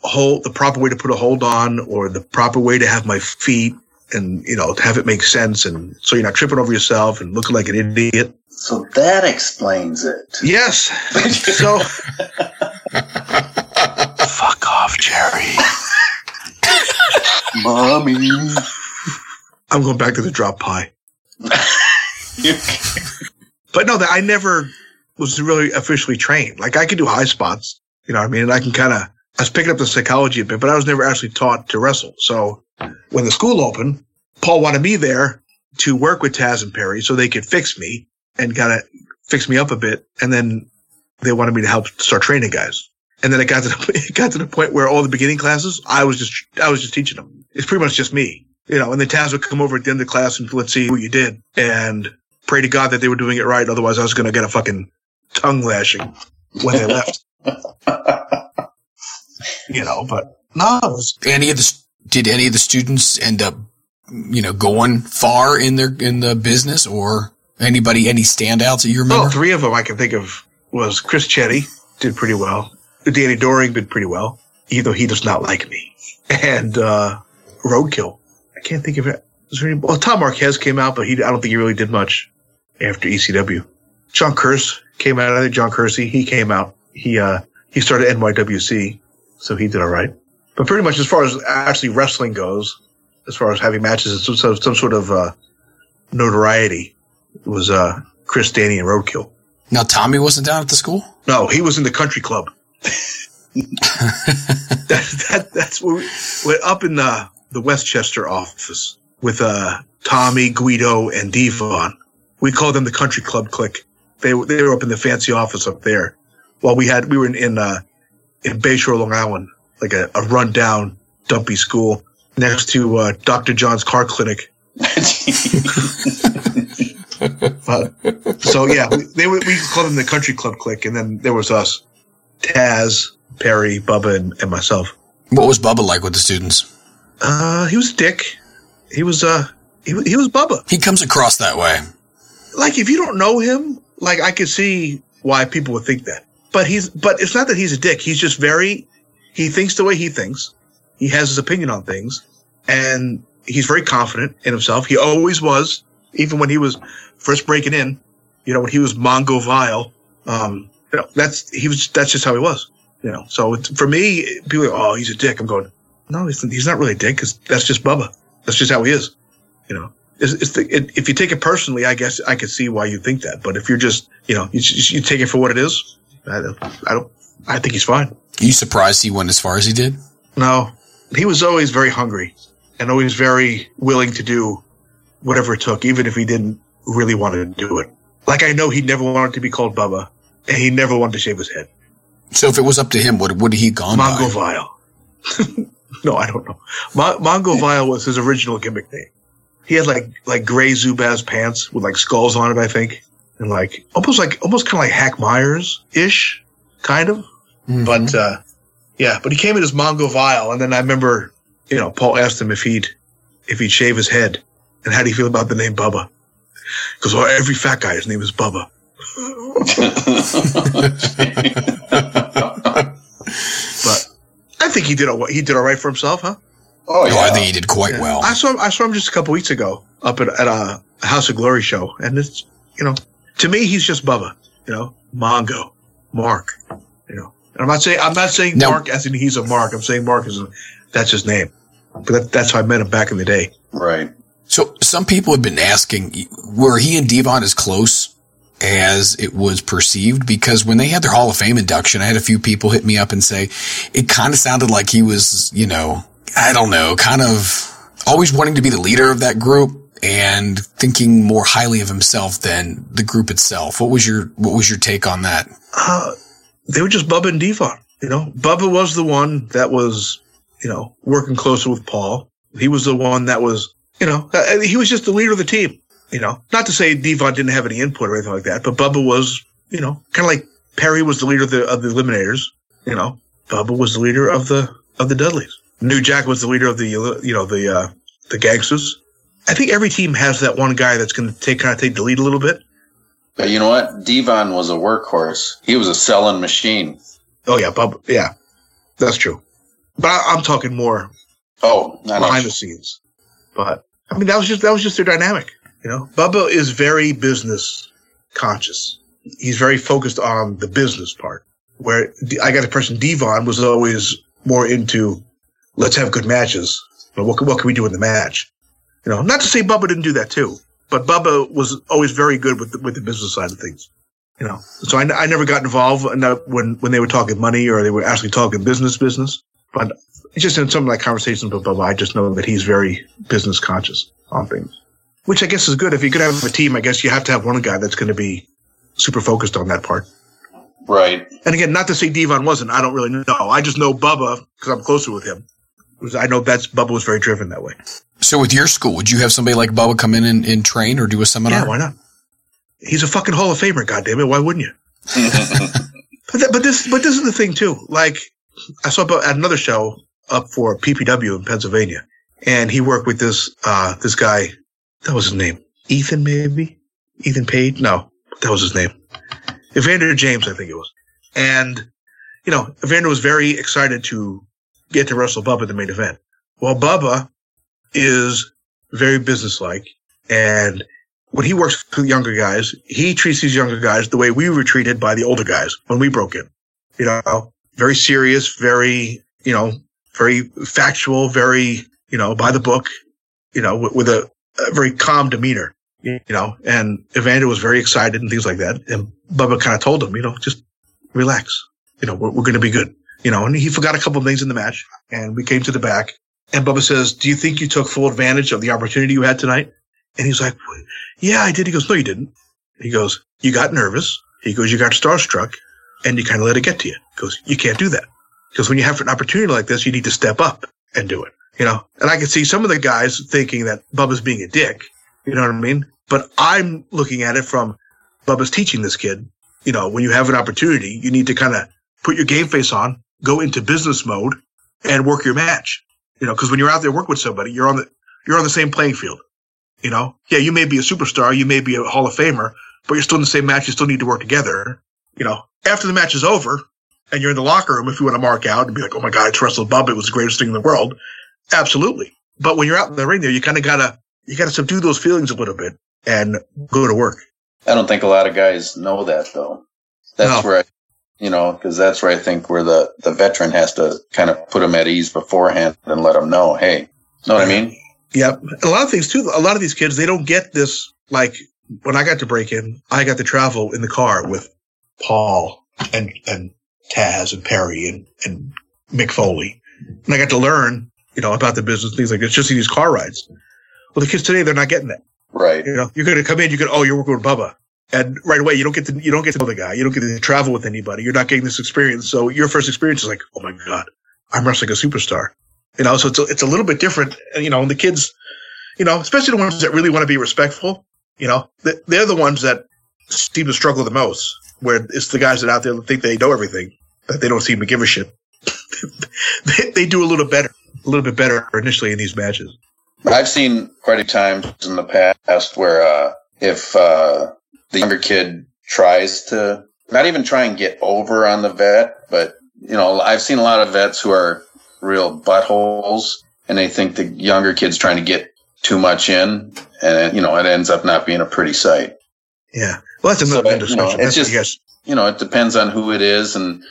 B: hold the proper way to put a hold on or the proper way to have my feet and you know to have it make sense and so you're not tripping over yourself and looking like an idiot.
C: so that explains it.
B: Yes. so
E: Fuck off, Jerry.
C: Mommy.
B: I'm going back to the drop pie.
C: You-
B: but no, that I never was really officially trained. Like I could do high spots, you know what I mean? And I can kind of, I was picking up the psychology a bit, but I was never actually taught to wrestle. So when the school opened, Paul wanted me there to work with Taz and Perry so they could fix me and kind of fix me up a bit. And then they wanted me to help start training guys. And then it got to the, it got to the point where all the beginning classes, I was just, I was just teaching them. It's pretty much just me, you know, and the Taz would come over at the end of the class and let's see what you did. And pray to God that they were doing it right. Otherwise, I was going to get a fucking tongue lashing when they left. you know, but no, it was-
A: any of the s- did any of the students end up you know going far in their in the business or anybody any standouts that you
B: well,
A: remember?
B: Oh, three of them I can think of was Chris Chetty did pretty well. Danny Doring did pretty well, even though he does not like me. And uh, Roadkill, I can't think of it. Is there any, well, Tom Marquez came out, but he I don't think he really did much after ECW. John Curse came out. I think John Kersey he came out. He uh, he started NYWC, so he did all right. But pretty much as far as actually wrestling goes, as far as having matches and some, some, some sort of uh, notoriety, it was uh, Chris Danny and Roadkill.
A: Now Tommy wasn't down at the school.
B: No, he was in the country club. that, that, that's where we, we're up in the, the Westchester office with uh, Tommy, Guido, and Devon. We called them the country club clique. They, were- they were up in the fancy office up there. While we had, we were in, in, uh, in Bayshore, Long Island, like a, a rundown, dumpy school next to uh, Dr. John's car clinic. So yeah, we- they were, we called them the country club clique, and then there was us, Taz, Perry, Bubba, and, and myself.
A: What was Bubba like with the students?
B: Uh, he was a dick. He was uh, he, wa- he was Bubba.
A: He comes across that way.
B: Like if you don't know him, like I could see why people would think that. But he's but it's not that he's a dick. He's just very he thinks the way he thinks. He has his opinion on things, and he's very confident in himself. He always was, even when he was first breaking in. You know, when he was Mongo Vile, um, you know, that's he was. That's just how he was. You know, so it's, for me, people, go, oh, he's a dick. I'm going, no, he's, he's not really a dick because that's just Bubba. That's just how he is. You know, it's, it's the, it, if you take it personally, I guess I could see why you think that. But if you're just, you know, you, you take it for what it is, I, don't- I don't. I think he's fine.
A: You surprised he went as far as he did?
B: No, he was always very hungry and always very willing to do whatever it took, even if he didn't really want to do it. Like I know he never wanted to be called Bubba, and he never wanted to shave his head.
A: So if it was up to him, what would he gone
B: Mongo
A: by?
B: Vile. no, I don't know. Mo- Mongo Vile was his original gimmick name. He had like like gray Zubaz pants with like skulls on it, I think, and like almost like almost kind of like Hack Myers ish, kind of.
A: Mhm.
B: But uh, yeah, but he came in as Mongo Vile, and then I remember, you know, Paul asked him if he'd if he'd shave his head, and how do you feel about the name Bubba? Because well, every fat guy, his name is Bubba.
C: Oh,
B: But I think he did all, he did all right for himself, huh?
C: oh
A: no, I think
C: yeah.
A: he did quite
B: Yeah.
A: well.
B: I saw him, I saw him just a couple weeks ago up at, at a House of Glory show, and it's you know, to me he's just Bubba, you know, Mongo, Mark, you know. And I'm not saying I'm not saying
A: Now-
B: Mark as in he's a Mark. I'm saying Mark is a, that's his name, but that, that's how I met him back in the day.
C: Right.
A: So some people have been asking, were he and Devon as close as it was perceived? Because when they had their Hall of Fame induction, I had a few people hit me up and say it kind of sounded like he was, you know, I don't know, kind of always wanting to be the leader of that group and thinking more highly of himself than the group itself. What was your what was your take on that?
B: Uh, they were just Bubba and Devon, you know. Bubba was the one that was, you know, working closer with Paul. He was the one that was, you know, uh, he was just the leader of the team. You know, not to say Devon didn't have any input or anything like that, but Bubba was, you know, kind of like Perry was the leader of the of the Eliminators. You know, Bubba was the leader of the of the Dudleys. New Jack was the leader of the you know the uh, the gangsters. I think every team has that one guy that's going to take kind of take the lead a little bit.
C: But you know what? Devon was a workhorse. He was a selling machine.
B: Oh yeah, Bub. Yeah, that's true. But I, I'm talking more
C: Oh, not
B: behind the scenes. But I mean, that was just that was just their dynamic. You know, Bubba is very business conscious. He's very focused on the business part. Where D- I got a person, Devon was always more into let's have good matches. But what can, what can we do in the match? You know, not to say Bubba didn't do that too, but Bubba was always very good with the, with the business side of things. You know, so I, n- I never got involved in that when when they were talking money or they were actually talking business business. But just in some of that conversations with Bubba, I just know that he's very business conscious on things, which I guess is good. If you're going to have a team, I guess you have to have one guy that's going to be super focused on that part.
C: Right.
B: And again, not to say Devon wasn't. I don't really know. I just know Bubba because I'm closer with him. 'Cause I know that's Bubba was very driven that way.
A: So with your school, would you have somebody like Bubba come in and, and train or do a seminar?
B: Yeah, why not? He's a fucking Hall of Famer, goddammit. Why wouldn't you? but, that, but this, but this is the thing too. Like, I saw about at another show up for PPW in Pennsylvania, and he worked with this uh this guy. That was his name, Ethan, maybe Ethan Page. No, that was his name, Evander James, I think it was. And you know, Evander was very excited to get to wrestle Bubba at the main event. Well, Bubba is very businesslike, and when he works with younger guys, he treats these younger guys the way we were treated by the older guys when we broke in. You know, very serious, very, you know, very factual, very, you know, by the book, you know, with, with a, a very calm demeanor, you know, and Evander was very excited and things like that. And Bubba kind of told him, you know, just relax, you know, we're, we're going to be good, you know, and he forgot a couple of things in the match and we came to the back and Bubba says, do you think you took full advantage of the opportunity you had tonight? And he's like, yeah, I did. He goes, no, you didn't. He goes, you got nervous. He goes, you got starstruck and you kind of let it get to you. He goes, you can't do that. Because when you have an opportunity like this, you need to step up and do it, you know? And I can see some of the guys thinking that Bubba's being a dick. You know what I mean? But I'm looking at it from Bubba's teaching this kid, you know, when you have an opportunity, you need to kind of put your game face on, go into business mode and work your match, you know, because when you're out there working with somebody, you're on the, you're on the same playing field. You know, yeah, you may be a superstar, you may be a Hall of Famer, but you're still in the same match. You still need to work together. you know, after the match is over and you're in the locker room, if you want to mark out and be like, oh my God, I just wrestled Bubba. It was the greatest thing in the world. Absolutely. But when you're out in the ring there, you kind of gotta, you gotta subdue those feelings a little bit and go to work.
C: I don't think a lot of guys know that though. That's
B: No.
C: where I, you know, because that's where I think where the the veteran has to kind of put them at ease beforehand and let them know, hey, know what I mean?
B: Yep. And a lot of things too. A lot of these kids, they don't get this. Like when I got to break in, I got to travel in the car with Paul and, and Taz and Perry and, and Mick Foley. And I got to learn, you know, about the business, things like this, just in these car rides. Well, the kids today, they're not getting that.
C: Right.
B: You know, you're going to come in, you go, oh, you're working with Bubba. And right away, you don't get to, you don't get to know the guy. You don't get to travel with anybody. You're not getting this experience. So your first experience is like, oh my God, I'm wrestling a superstar. You know, so it's a, it's a little bit different. And, you know, and the kids, you know, especially the ones that really want to be respectful, you know, th- they're the ones that seem to struggle the most, where it's the guys that out there that think they know everything, that they don't seem to give a shit. they, they do a little better, a little bit better initially in these matches.
C: I've seen quite a few times in the past where uh, if uh, the younger kid tries to not even try and get over on the vet, but you know, I've seen a lot of vets who are real buttholes, and they think the younger kid's trying to get too much in, and you know, it ends up not being a pretty sight.
B: Yeah. Well, that's another
C: So, you know,
B: discussion. That's-
C: it's just-
B: yes.
C: You know, it depends on who it is, and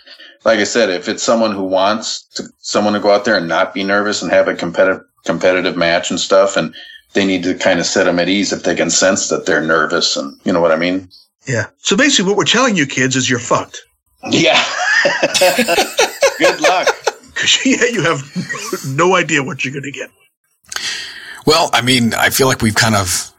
C: like I said, if it's someone who wants to, someone to go out there and not be nervous and have a competitive competitive match and stuff, and they need to kind of set them at ease if they can sense that they're nervous, and you know what I mean?
B: Yeah. So basically, what we're telling you kids is you're fucked.
C: Yeah. Good luck.
B: Because yeah, you have no idea what you're going to get.
A: Well, I mean, I feel like we've kind of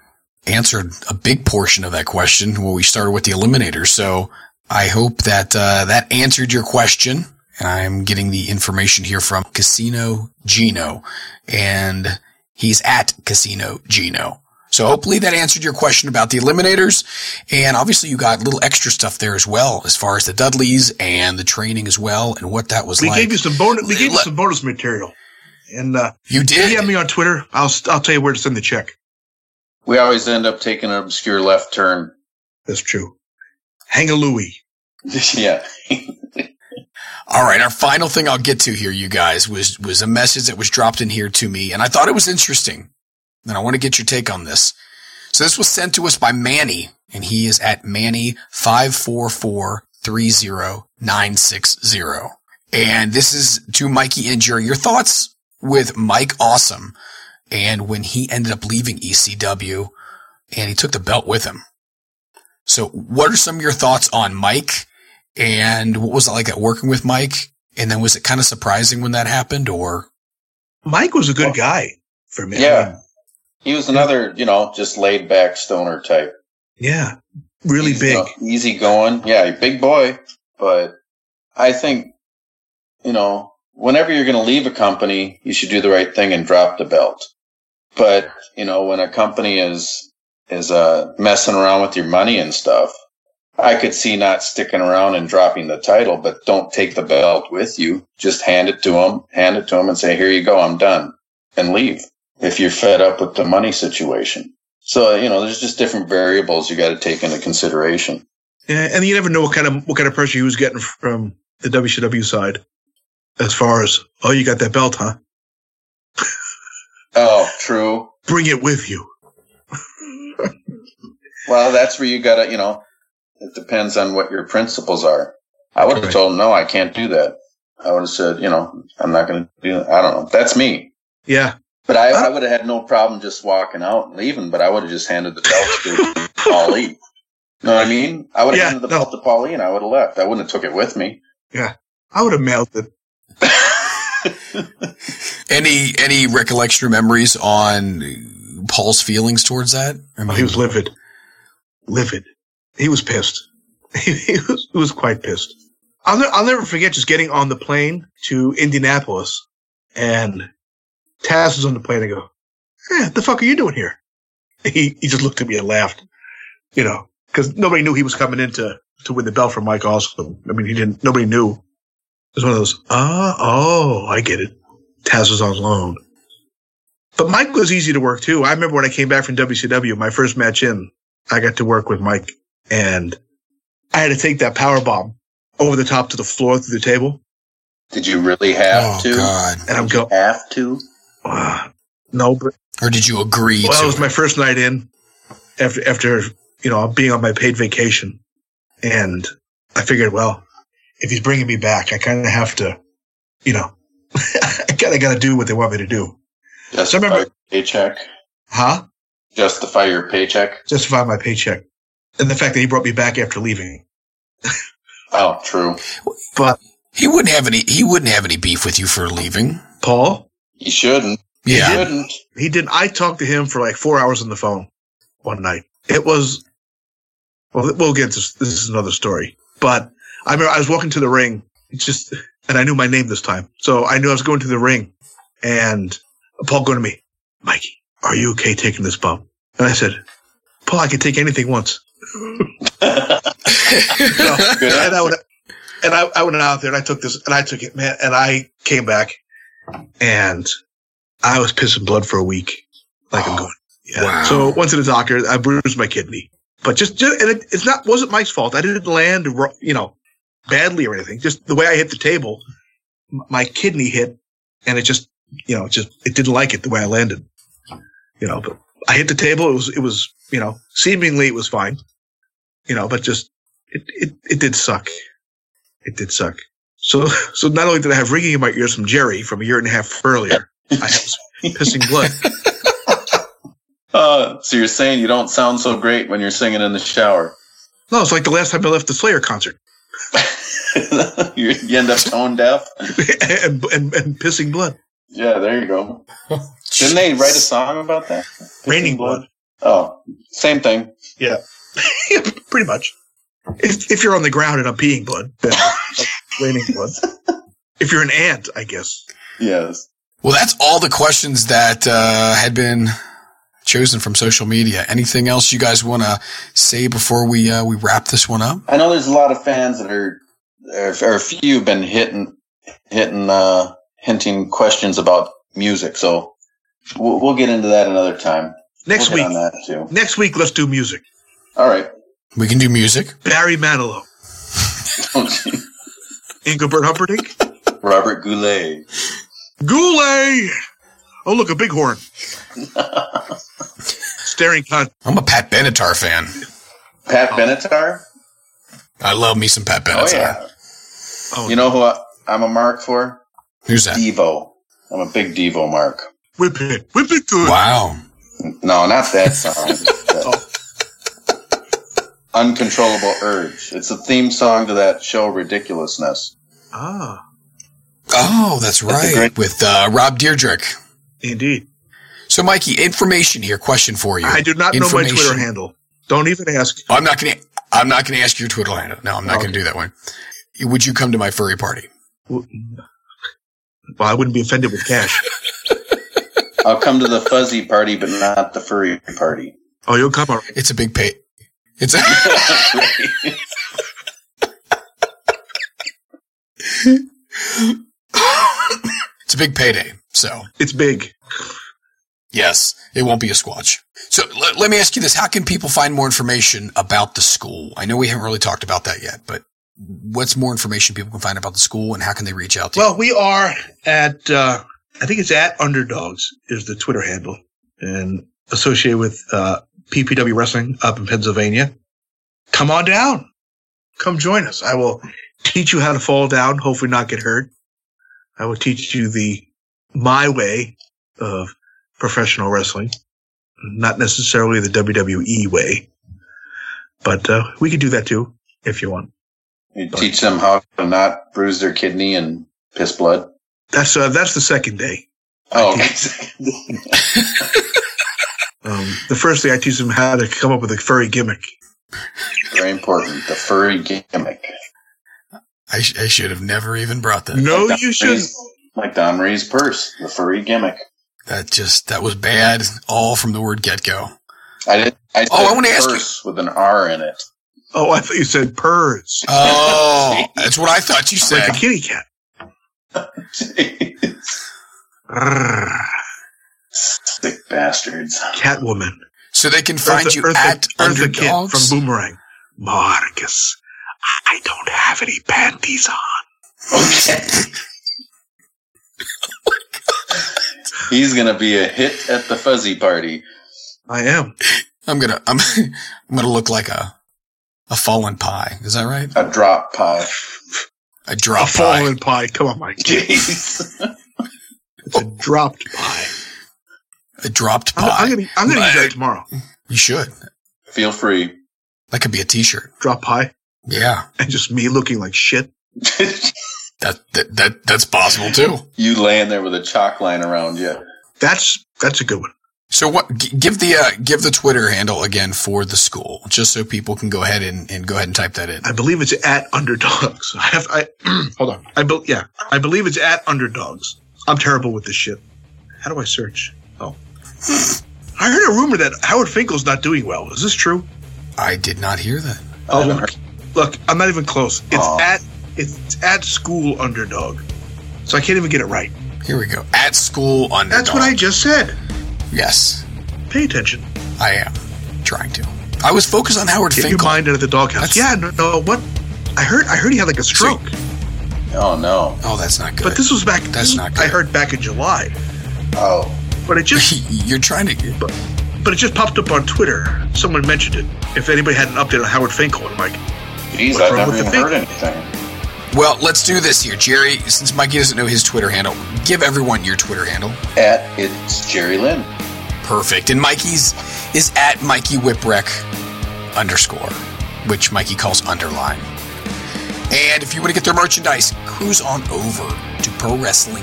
A: answered a big portion of that question when we started with the eliminator. So I hope that uh, that answered your question. And I'm getting the information here from Casino Gino, and he's at Casino Gino. So hopefully that answered your question about the eliminators. And obviously you got little extra stuff there as well, as far as the Dudleys and the training as well, and what that was
B: We
A: like.
B: gave you some bonus. We gave you
A: Let-
B: some bonus material. And uh,
A: You did.
B: DM me on Twitter. I'll I'll tell you where to send the check.
C: We always end up taking an obscure left turn.
B: That's true. Hang a Louie.
C: yeah.
A: All right, our final thing I'll get to here, you guys, was was a message that was dropped in here to me, and I thought it was interesting, and I want to get your take on this. So this was sent to us by Manny, and he is at Manny five four four three zero nine six zero, and this is to Mikey and Jerry. Your thoughts with Mike Awesome, and when he ended up leaving ECW, and he took the belt with him. So, what are some of your thoughts on Mike? And what was it like at working with Mike? And then was it kind of surprising when that happened or?
B: Mike was a good guy for me.
C: Yeah. He was another, you know, just laid back stoner type.
B: Yeah. Really
C: Easy-
B: big.
C: uh, easy going. Yeah, big boy. But I think, you know, whenever you're going to leave a company, you should do the right thing and drop the belt. But, you know, when a company is, is, uh, messing around with your money and stuff, I could see not sticking around and dropping the title, but don't take the belt with you. Just hand it to him, hand it to him and say, here you go. I'm done and leave if you're fed up with the money situation. So, you know, there's just different variables you got to take into consideration.
B: Yeah, and you never know what kind of what kind of pressure he was getting from the WCW side, as far as oh, you got that belt, huh?
C: Oh, true.
B: Bring it with you.
C: Well, that's where you gotta, you know, it depends on what your principles are. I would have
B: Right.
C: told him, no, I can't do that. I would have said, you know, I'm not going to do that. I don't know. That's me.
B: Yeah.
C: But I,
B: Huh?
C: I would have had no problem just walking out and leaving, but I would have just handed the belt to Paulie. Know what I mean? I would have
B: Yeah,
C: handed the
B: no.
C: belt to Paulie and I would have left. I wouldn't have took it with me.
B: I would have melted.
A: Any, any recollection or memories on Paul's feelings towards that? I
B: Oh,
A: mean,
B: he was livid. Livid. He was pissed. he was he was quite pissed. I'll ne- I'll never forget just getting on the plane to Indianapolis, and Taz was on the plane. I go, eh, "The fuck are you doing here?" He he just looked at me and laughed, you know, because nobody knew he was coming in to to win the belt from Mike Austin. I mean, he didn't. Nobody knew. It was one of those. Ah, oh, I get it. Taz was on loan. But Mike was easy to work too. I remember when I came back from WCW, my first match in, I got to work with Mike and I had to take that power bomb over the top to the floor through the table,
C: Did you really have
A: oh
C: to?
A: God!
B: and I'm going,
C: Have to?
B: ah, no, but
A: Or did you agree
B: well, it
A: to?
B: was my first night in after after you know being on my paid vacation, and I figured, well, if he's bringing me back, I kind of have to, you know, I kind of got to do what they want me to do,
C: Justify
B: So remember-
C: your paycheck.
B: huh?
C: Justify your paycheck.
B: Justify my paycheck and the fact that he brought me back after leaving.
C: Oh, true.
B: But
A: he wouldn't have any. He wouldn't have any beef with you for leaving.
B: Paul,
C: You shouldn't. You
A: Yeah.
C: shouldn't.
B: he did. I talked to him for like four hours on the phone one night. It was, well, we'll get to this is another story, but I remember I was walking to the ring it's just, and I knew my name this time. So I knew I was going to the ring and Paul going to me, Mikey, are you okay taking this bump? And I said, Paul, I can take anything once.
C: Good.
B: and I went, and I, I went out there and I took this and I took it, man. And I came back and I was pissing blood for a week. Like I'm
A: Oh,
B: going, yeah.
A: wow.
B: So went to the doctor. I bruised my kidney, but just, just and it, it's not wasn't my fault. I didn't land, ro- you know, badly or anything. Just the way I hit the table, m- my kidney hit, and it just, you know, it just it didn't like it the way I landed. You know, but I hit the table. It was it was you know seemingly it was fine, you know, but just it, it, it did suck. It did suck. So, so not only did I have ringing in my ears from Jerry from a year and a half earlier, I was pissing blood.
C: Uh, so you're saying you don't sound so great when you're singing in the shower.
B: No, it's like the last time I left the Slayer concert
C: you, you end up tone deaf.
B: and, and, and pissing blood,
C: Yeah, there you go. Didn't they write a song about that?
B: raining blood.
C: Oh, same thing.
B: Yeah, pretty much. If, if you're on the ground and I'm peeing blood, then raining blood. If you're an ant, I guess.
C: Yes.
A: Well, that's all the questions that uh, had been chosen from social media. Anything else you guys want to say before we uh, we wrap this one up?
C: I know there's a lot of fans that are, or a few have been hitting, hitting, uh, hinting questions about music. So we'll, we'll get into that another time.
B: Next
C: We'll get
B: week,
C: on that too.
B: next week, let's do music.
C: All right.
A: We can do music.
B: Barry Manilow, Engelbert Humperdinck,
C: Robert Goulet.
B: Goulet. Oh, look, a bighorn. Staring con-
A: I'm a Pat Benatar fan.
C: Pat Benatar.
A: I love me some Pat
C: Oh
A: Benatar.
C: yeah.
B: Oh,
C: You know who I, I'm a mark for?
A: Who's that?
C: Devo. I'm a big Devo mark.
B: whip it, whip it good.
A: Wow.
C: No, not that song. That- Uncontrollable Urge. It's a theme song to that show Ridiculousness.
B: Ah,
A: Oh, that's
C: That's a
A: right.
C: great-
A: With uh, Rob Deirdrick.
B: indeed.
A: So, Mikey, information here. Question for you.
B: I do not know my Twitter
A: Information.
B: handle. Don't even ask.
A: I'm not gonna. I'm not gonna ask your Twitter handle. No, I'm not gonna do that one. Would you come to my furry party?
B: Well, I wouldn't be offended with cash.
C: I'll come to the fuzzy party, but not the furry party.
B: Oh, you'll come. Around.
A: It's a big pay. It's a, it's a big payday. So
B: It's big.
A: yes, it won't be a squatch. So let, let me ask you this: How can people find more information about the school? I know we haven't really talked about that yet, but what's more information people can find about the school, and how can they reach out to you?
B: Well, we are at. Uh, I think it's at Underdogs is the Twitter handle, and associated with uh, PPW Wrestling up in Pennsylvania. Come on down. Come join us. I will teach you how to fall down. Hopefully, not get hurt. I will teach you the my way of professional wrestling, not necessarily the WWE way, but uh, we could do that too if you want.
C: You teach them how to not bruise their kidney and piss blood.
B: That's uh, that's the second day.
C: Oh,
B: Um, the first thing I teach them how to come up with a furry gimmick.
C: very important. The furry gimmick.
A: I, sh- I should have never even brought that.
B: No,
C: Like Don
B: you shouldn't.
C: Marie's- Like Don Marie's purse, the furry gimmick.
A: That just that was bad, all from the word get go.
C: I did. I
A: Oh, I
C: said
A: wanna ask you-
C: purse with an R in it.
B: Oh, I thought you said purrs,
A: Oh, that's what I thought you said.
B: like a kitty cat. Grrr.
C: Sick bastards.
B: Catwoman.
A: So they can find
B: Eartha-
A: you
B: Eartha-
A: at
B: Eartha Kitt
A: underdogs.
B: from Boomerang. Marcus,
E: I don't have any panties on.
C: Okay. He's gonna be a hit at the fuzzy party.
B: I am.
A: I'm gonna I'm I'm gonna look like a a fallen pie. Is that right?
C: A drop pie.
A: A
B: A
A: drop pie.
B: fallen pie. Come on, Mike.
C: Jeez.
B: It's a dropped pie.
A: A dropped
B: I'm,
A: pie.
B: I'm gonna, I'm gonna use
A: Mike.
B: that tomorrow.
A: you should.
C: Feel free.
A: That could be a T-shirt.
B: Drop pie
A: Yeah,
B: and just me looking like shit.
A: that that, that that's possible too.
C: you laying there with a chalk line around you.
B: That's that's a good one.
A: So what? G- give the uh, give the Twitter handle again for the school, just so people can go ahead and, and go ahead and type that in.
B: I believe it's at underdogs. I have I hold on. I be, yeah, I believe it's at underdogs. I'm terrible with this shit. How do I search? Oh, I heard a rumor that Howard Finkel's not doing well. Is this true?
A: I did not hear that.
B: Oh,
C: haven't
B: look, look, I'm not even close. It's
A: Oh.
C: Aw.
B: at it's at school underdog. So I can't even get it right.
A: Here we go. At school underdog.
B: That's what I just said.
A: Yes,
B: Pay attention.
A: I am trying to. I was focused on Howard
B: Get
A: Finkel.
B: your mind out of the doghouse.
A: That's-
B: Yeah, no, no, what? I heard I heard he had like a stroke,
C: Oh no.
A: oh, that's not good.
B: but this was back.
A: That's not
B: I
A: good.
B: heard back in July,
C: Oh.
B: but it just
A: You're trying to.
B: But it just popped up on Twitter. Someone mentioned it. If anybody had an update on Howard Finkel, I'm like,
C: Jeez,
B: What's
C: I've
B: wrong
C: never
B: with
C: even
B: the
C: heard anything.
A: Well, let's do this here, Jerry. Since Mikey doesn't know his Twitter handle, give everyone your Twitter handle.
C: At it's Jerry Lynn.
A: Perfect. And Mikey's is at Mikey Whipwreck underscore, which Mikey calls underline. And if you want to get their merchandise, cruise on over to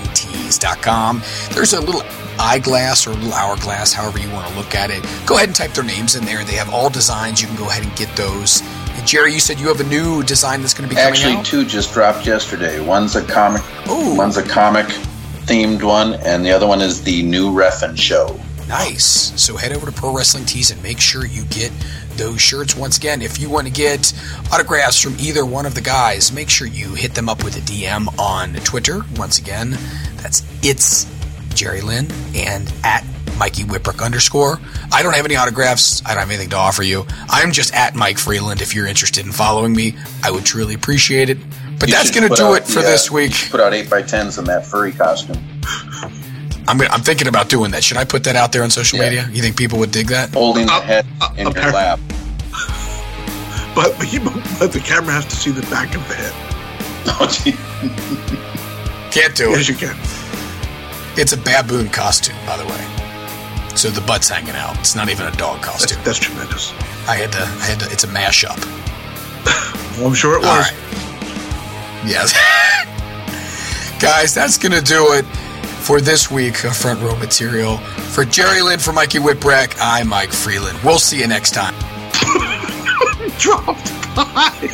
A: prowrestlingtees.com. There's a little eyeglass or a little hourglass, however you want to look at it. Go ahead and type their names in there. They have all designs. You can go ahead and get those. And Jerry, you said you have a new design that's going to be coming
C: Actually,
A: out.
C: two just dropped yesterday. One's a comic.
A: Ooh.
C: One's a comic themed one, and the other one is the new Reffin show.
A: Nice. So head over to Pro Wrestling Tees and make sure you get those shirts. Once again, if you want to get autographs from either one of the guys, make sure you hit them up with a DM on Twitter. Once again, that's it's Jerry Lynn and at Mikey Whipwreck underscore. I don't have any autographs. I don't have anything to offer you. I'm just at Mike Freeland. If you're interested in following me, I would truly appreciate it. But
C: You
A: that's
C: should
A: going to
C: put
A: do
C: out
A: it for
C: the, uh,
A: this week.
C: Put out eight by tens in that furry costume,
A: I'm, gonna, I'm thinking about doing that. Should I put that out there on social
C: Yeah.
A: media? You think people would dig that?
C: holding the
B: Up-
C: head
A: uh,
B: up-
C: in
B: up
C: your
B: there.
C: lap.
B: but, but, you, but the camera has to see the back of the head.
C: Oh, gee.
A: Can't do it.
B: Yes, you can.
A: It's a baboon costume, by the way. So the butt's hanging out. It's not even a dog
B: That's,
A: costume.
B: that's tremendous.
A: I had to. I had to. It's a mashup.
B: Well, I'm sure it was.
A: All right. Yes. Guys, that's going to do it for this week of Front Row Material. For Jerry Lynn, for Mikey Whipwreck, I'm Mike Freeland. We'll see you next time.
B: Dropped pie.